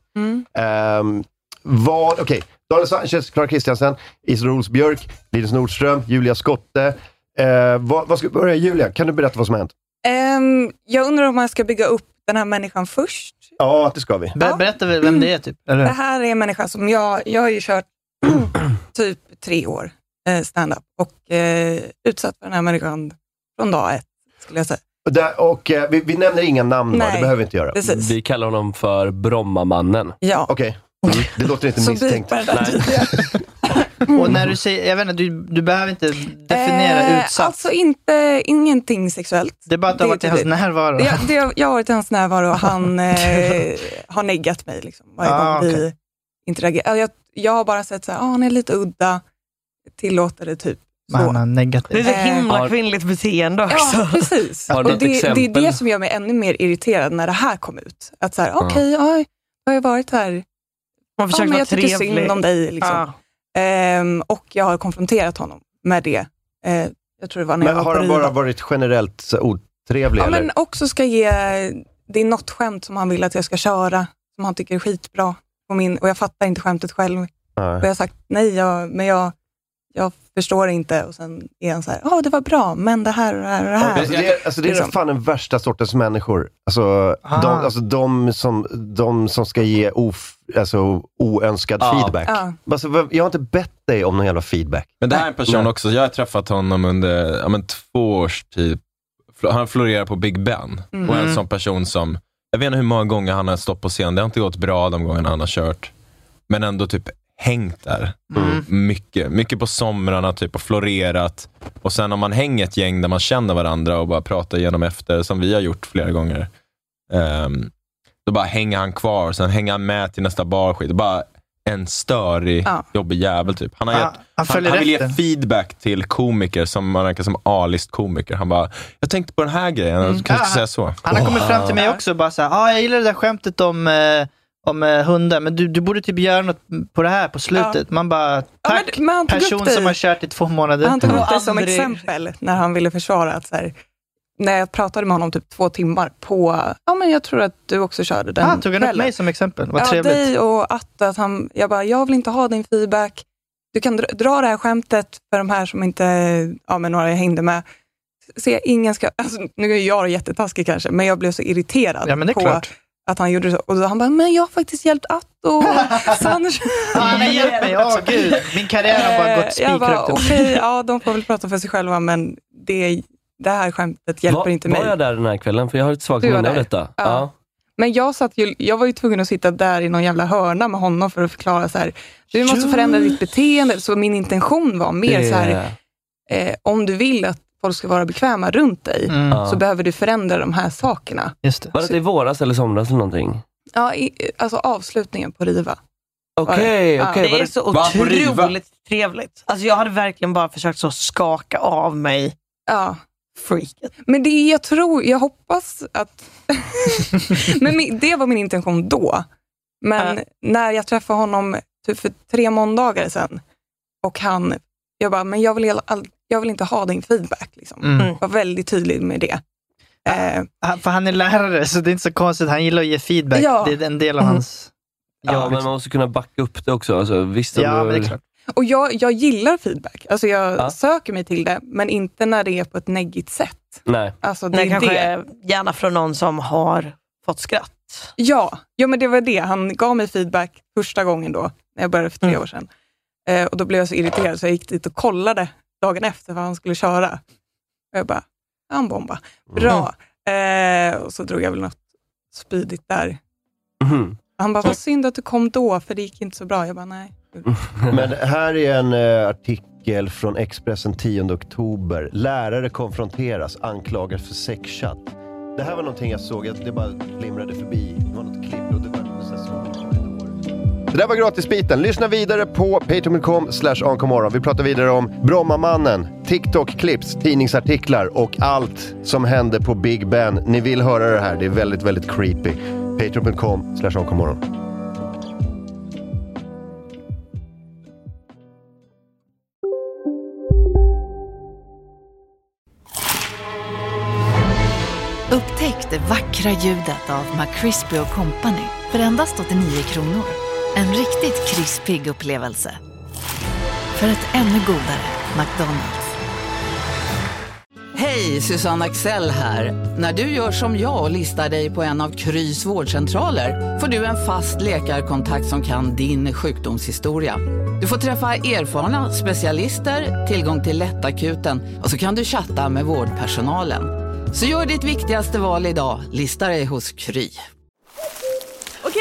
S1: Ehm, vad, okej. Daniel Sanchez, Clara Kristiansen, Isidor Ols Björk, Linus Nordström, Julia Skotte. Eh, vad, vad ska vi börja? Julia, kan du berätta vad som har hänt?
S4: Ehm, jag undrar om man ska bygga upp den här människan först.
S1: Ja, det ska vi.
S2: Ber- berätta väl vem det är typ. Eller?
S4: Det här är en människa som jag, jag har ju kört [CLEARS THROAT] typ tre år eh, stand-up och eh, utsatt för den här människan från dag ett, skulle jag säga.
S1: Och Där, och, eh, vi, vi nämner inga namn, va? det
S4: Nej,
S1: behöver vi inte göra.
S4: precis.
S5: Vi kallar honom för Brommamannen.
S4: Ja.
S1: Okej. Mm. Det låter inte
S4: Så
S1: misstänkt.
S4: bipar det där.
S2: Och när du säger, jag vet inte, du, du behöver inte [LAUGHS] definiera
S4: Eh,
S2: utsatt.
S4: Alltså inte, ingenting sexuellt.
S2: Det är bara att du har varit i hans
S4: tydligt.
S2: närvaro.
S4: Ja,
S2: [LAUGHS]
S4: det, har- jag har varit i hans närvaro och han eh, har neggat mig liksom, varje
S2: Ah,
S4: gång vi
S2: okej.
S4: interagerar. Jag, jag har bara sett så här, ah, han är lite udda, tillåter det typ.
S2: Man har negativ.
S6: Det är så himla
S2: Eh,
S6: kvinnligt beteende också.
S4: Ja, precis.
S6: Har du
S4: Och
S6: ett
S4: det, det är
S6: exempel?
S4: det som gör mig ännu mer irriterad när det här kom ut. Att så här,
S6: Ja.
S4: okej, oj, jag har ju varit här.
S6: Man försöker
S4: ja, men
S6: vara
S4: jag tycker
S6: trevlig.
S4: synd om dig. Liksom. Ehm, och jag har konfronterat honom med det. Eh, jag tror det var när
S1: Men
S4: jag
S1: har
S4: var på
S1: han
S4: Riva.
S1: bara varit generellt så otrevlig?
S4: Ja,
S1: eller?
S4: men också ska ge, det är något skämt som han vill att jag ska köra, som han tycker är skitbra. På min, och jag fattar inte skämtet själv. Och jag har sagt nej, jag, men jag, jag förstår inte. Och sen är han så här, ja det var bra, men det här och det här och det här.
S1: Alltså, det är, alltså, det är
S4: Liksom.
S1: fan den värsta sortens människor. Alltså, de,
S4: Ah.
S1: alltså, de, som, de som ska ge of, alltså, oönskad
S3: Ja.
S1: feedback.
S3: Ja.
S4: Ah.
S1: Alltså, vad- jag har inte bett dig om någon jävla feedback.
S3: Men det här är en person
S1: Nej.
S3: också, jag har träffat honom under ja, men två års tid. Fl- Han florerar på Big Ben
S1: Mm.
S3: och är en sån person som, jag vet inte hur många gånger han har stått på scen, det har inte gått bra de gångerna han har kört, men ändå typ hängt där.
S2: Mm.
S1: Mm.
S3: Mycket, mycket på somrarna typ och florerat. Och sen om man hänger ett gäng där man känner varandra och bara pratar igenom efter, som vi har gjort flera gånger, ehm, då bara hänger han kvar, sen hänger han med till nästa barskit. Bara en störig,
S2: Ja.
S3: jobbig jävel typ. Han, har
S2: Ja,
S3: gett,
S2: han
S3: han, han,
S2: följer
S3: vill ge
S2: efter.
S3: feedback till komiker som man verkar som A-list komiker. Han bara, jag tänkte på den här grejen, jag kan
S2: Mm. Ja,
S3: inte säga så.
S2: Han har kommit fram till mig också och bara såhär, ah, jag gillar det där skämtet om, eh, om eh, hundar, men du, du borde typ göra något på det här på slutet. Man bara, tack
S4: men- men han tog upp
S2: person
S4: dig.
S2: som har kört i två månader.
S4: Han tog upp det som exempel när han ville försvara att så här, när jag pratade med honom typ två timmar på, ja men jag tror att du också körde den
S2: Ah, tog han upp
S4: kvällen.
S2: mig som exempel? Vad
S4: ja,
S2: trevligt.
S4: dig och Atta. Att han, jag bara, jag vill inte ha din feedback. Du kan dra, dra det här skämtet för de här som inte, ja men några jag hängde med. Se, ingen ska, alltså, nu är jag jättetaskig kanske, men jag blev så irriterad
S2: Ja, men det är
S4: på
S2: klart.
S4: att han gjorde så. Och då han bara, men jag har faktiskt hjälpt Atto
S2: [LAUGHS]
S4: och Sanders.
S2: Ah, han har hjälpt mig,
S4: [LAUGHS]
S2: åh gud. Min karriär har bara gått
S4: Eh, Jag bara,
S2: spikrakt upp.
S4: okej, ja de får väl prata för sig själva, men det, det här skämtet hjälper
S5: var,
S4: inte mig.
S5: Var jag där den här kvällen? För jag har ett svagt
S4: Du var
S5: minne av
S4: där.
S5: detta.
S4: Ja.
S5: Ja.
S4: Men jag, satt ju, jag var ju tvungen att sitta där i någon jävla hörna med honom för att förklara så här, du måste
S22: Ja.
S4: förändra ditt beteende. Så min intention var mer så här, eh, om du vill att folk ska vara bekväma runt dig,
S5: Mm.
S4: så
S5: Ja.
S4: behöver du förändra de här sakerna.
S5: Var det i våras eller somras eller någonting?
S4: Ja, i, alltså avslutningen på Riva.
S5: Okej,
S6: Ja,
S5: okej.
S6: det
S5: var
S6: är så
S5: Va, på Riva?
S6: otroligt trevligt. Alltså jag hade verkligen bara försökt så skaka av mig
S4: ja.
S6: freaket.
S4: Men det jag tror, jag hoppas att... [LAUGHS] men min, det var min intention då. Men när jag träffade honom typ för tre måndagar sedan och han, jag bara, men jag vill, hela- all, jag vill inte ha din feedback. Liksom.
S2: Mm.
S4: Jag var väldigt tydlig med det. Eh,
S2: Han- För han är lärare, så det är inte så konstigt. Han gillar att ge feedback.
S4: Ja.
S2: Det är en del av hans...
S3: Mm.
S5: Ja, men man måste kunna backa upp det också. Alltså, visst, om
S2: Ja,
S5: du-
S2: men det är klart.
S4: och jag, jag gillar feedback. Alltså jag söker mig till det, men inte när det är på ett neggigt sätt.
S5: Nej.
S4: Alltså, det
S6: Nej,
S4: är
S6: kanske
S4: det.
S6: Eh, gärna från någon som har fått skratt.
S4: Ja, ja, men det var det. Han gav mig feedback första gången då, när jag började för tre år sedan. Eh, och då blev jag så irriterad så jag gick dit och kollade dagen efter vad han skulle köra. Och jag bara, han bomba. Bra. Eh, och så drog jag väl något spydigt där.
S5: Mhm.
S4: Han bara, vad synd att du kom då, för det gick inte så bra. Jag bara, nej.
S1: [LAUGHS] Men här är en eh, artikel från Expressen 10 oktober. Lärare konfronteras, anklagas för sexchatt. Det här var någonting jag såg, jag- det bara glimrade förbi. Det var något klipp och det var så här så- Det där var gratisbiten. Lyssna vidare på patreon.com slash ankomorron. Vi pratar vidare om Brommamannen, TikTok-clips, tidningsartiklar och allt som hände på Big Ben. Ni vill höra det här, det är väldigt, väldigt creepy. Patreon.com slash ankomorron.
S12: Upptäck det vackra ljudet av McCrispy Company för endast 89 kronor. En riktigt krispig upplevelse. För ett ännu godare McDonalds.
S19: Hej, Susanne Axel här. När du gör som jag och listar dig på en av Krys vårdcentraler får du en fast läkarkontakt som kan din sjukdomshistoria. Du får träffa erfarna specialister, tillgång till lättakuten och så kan du chatta med vårdpersonalen. Så gör ditt viktigaste val idag, lista dig hos Kry.
S23: Okej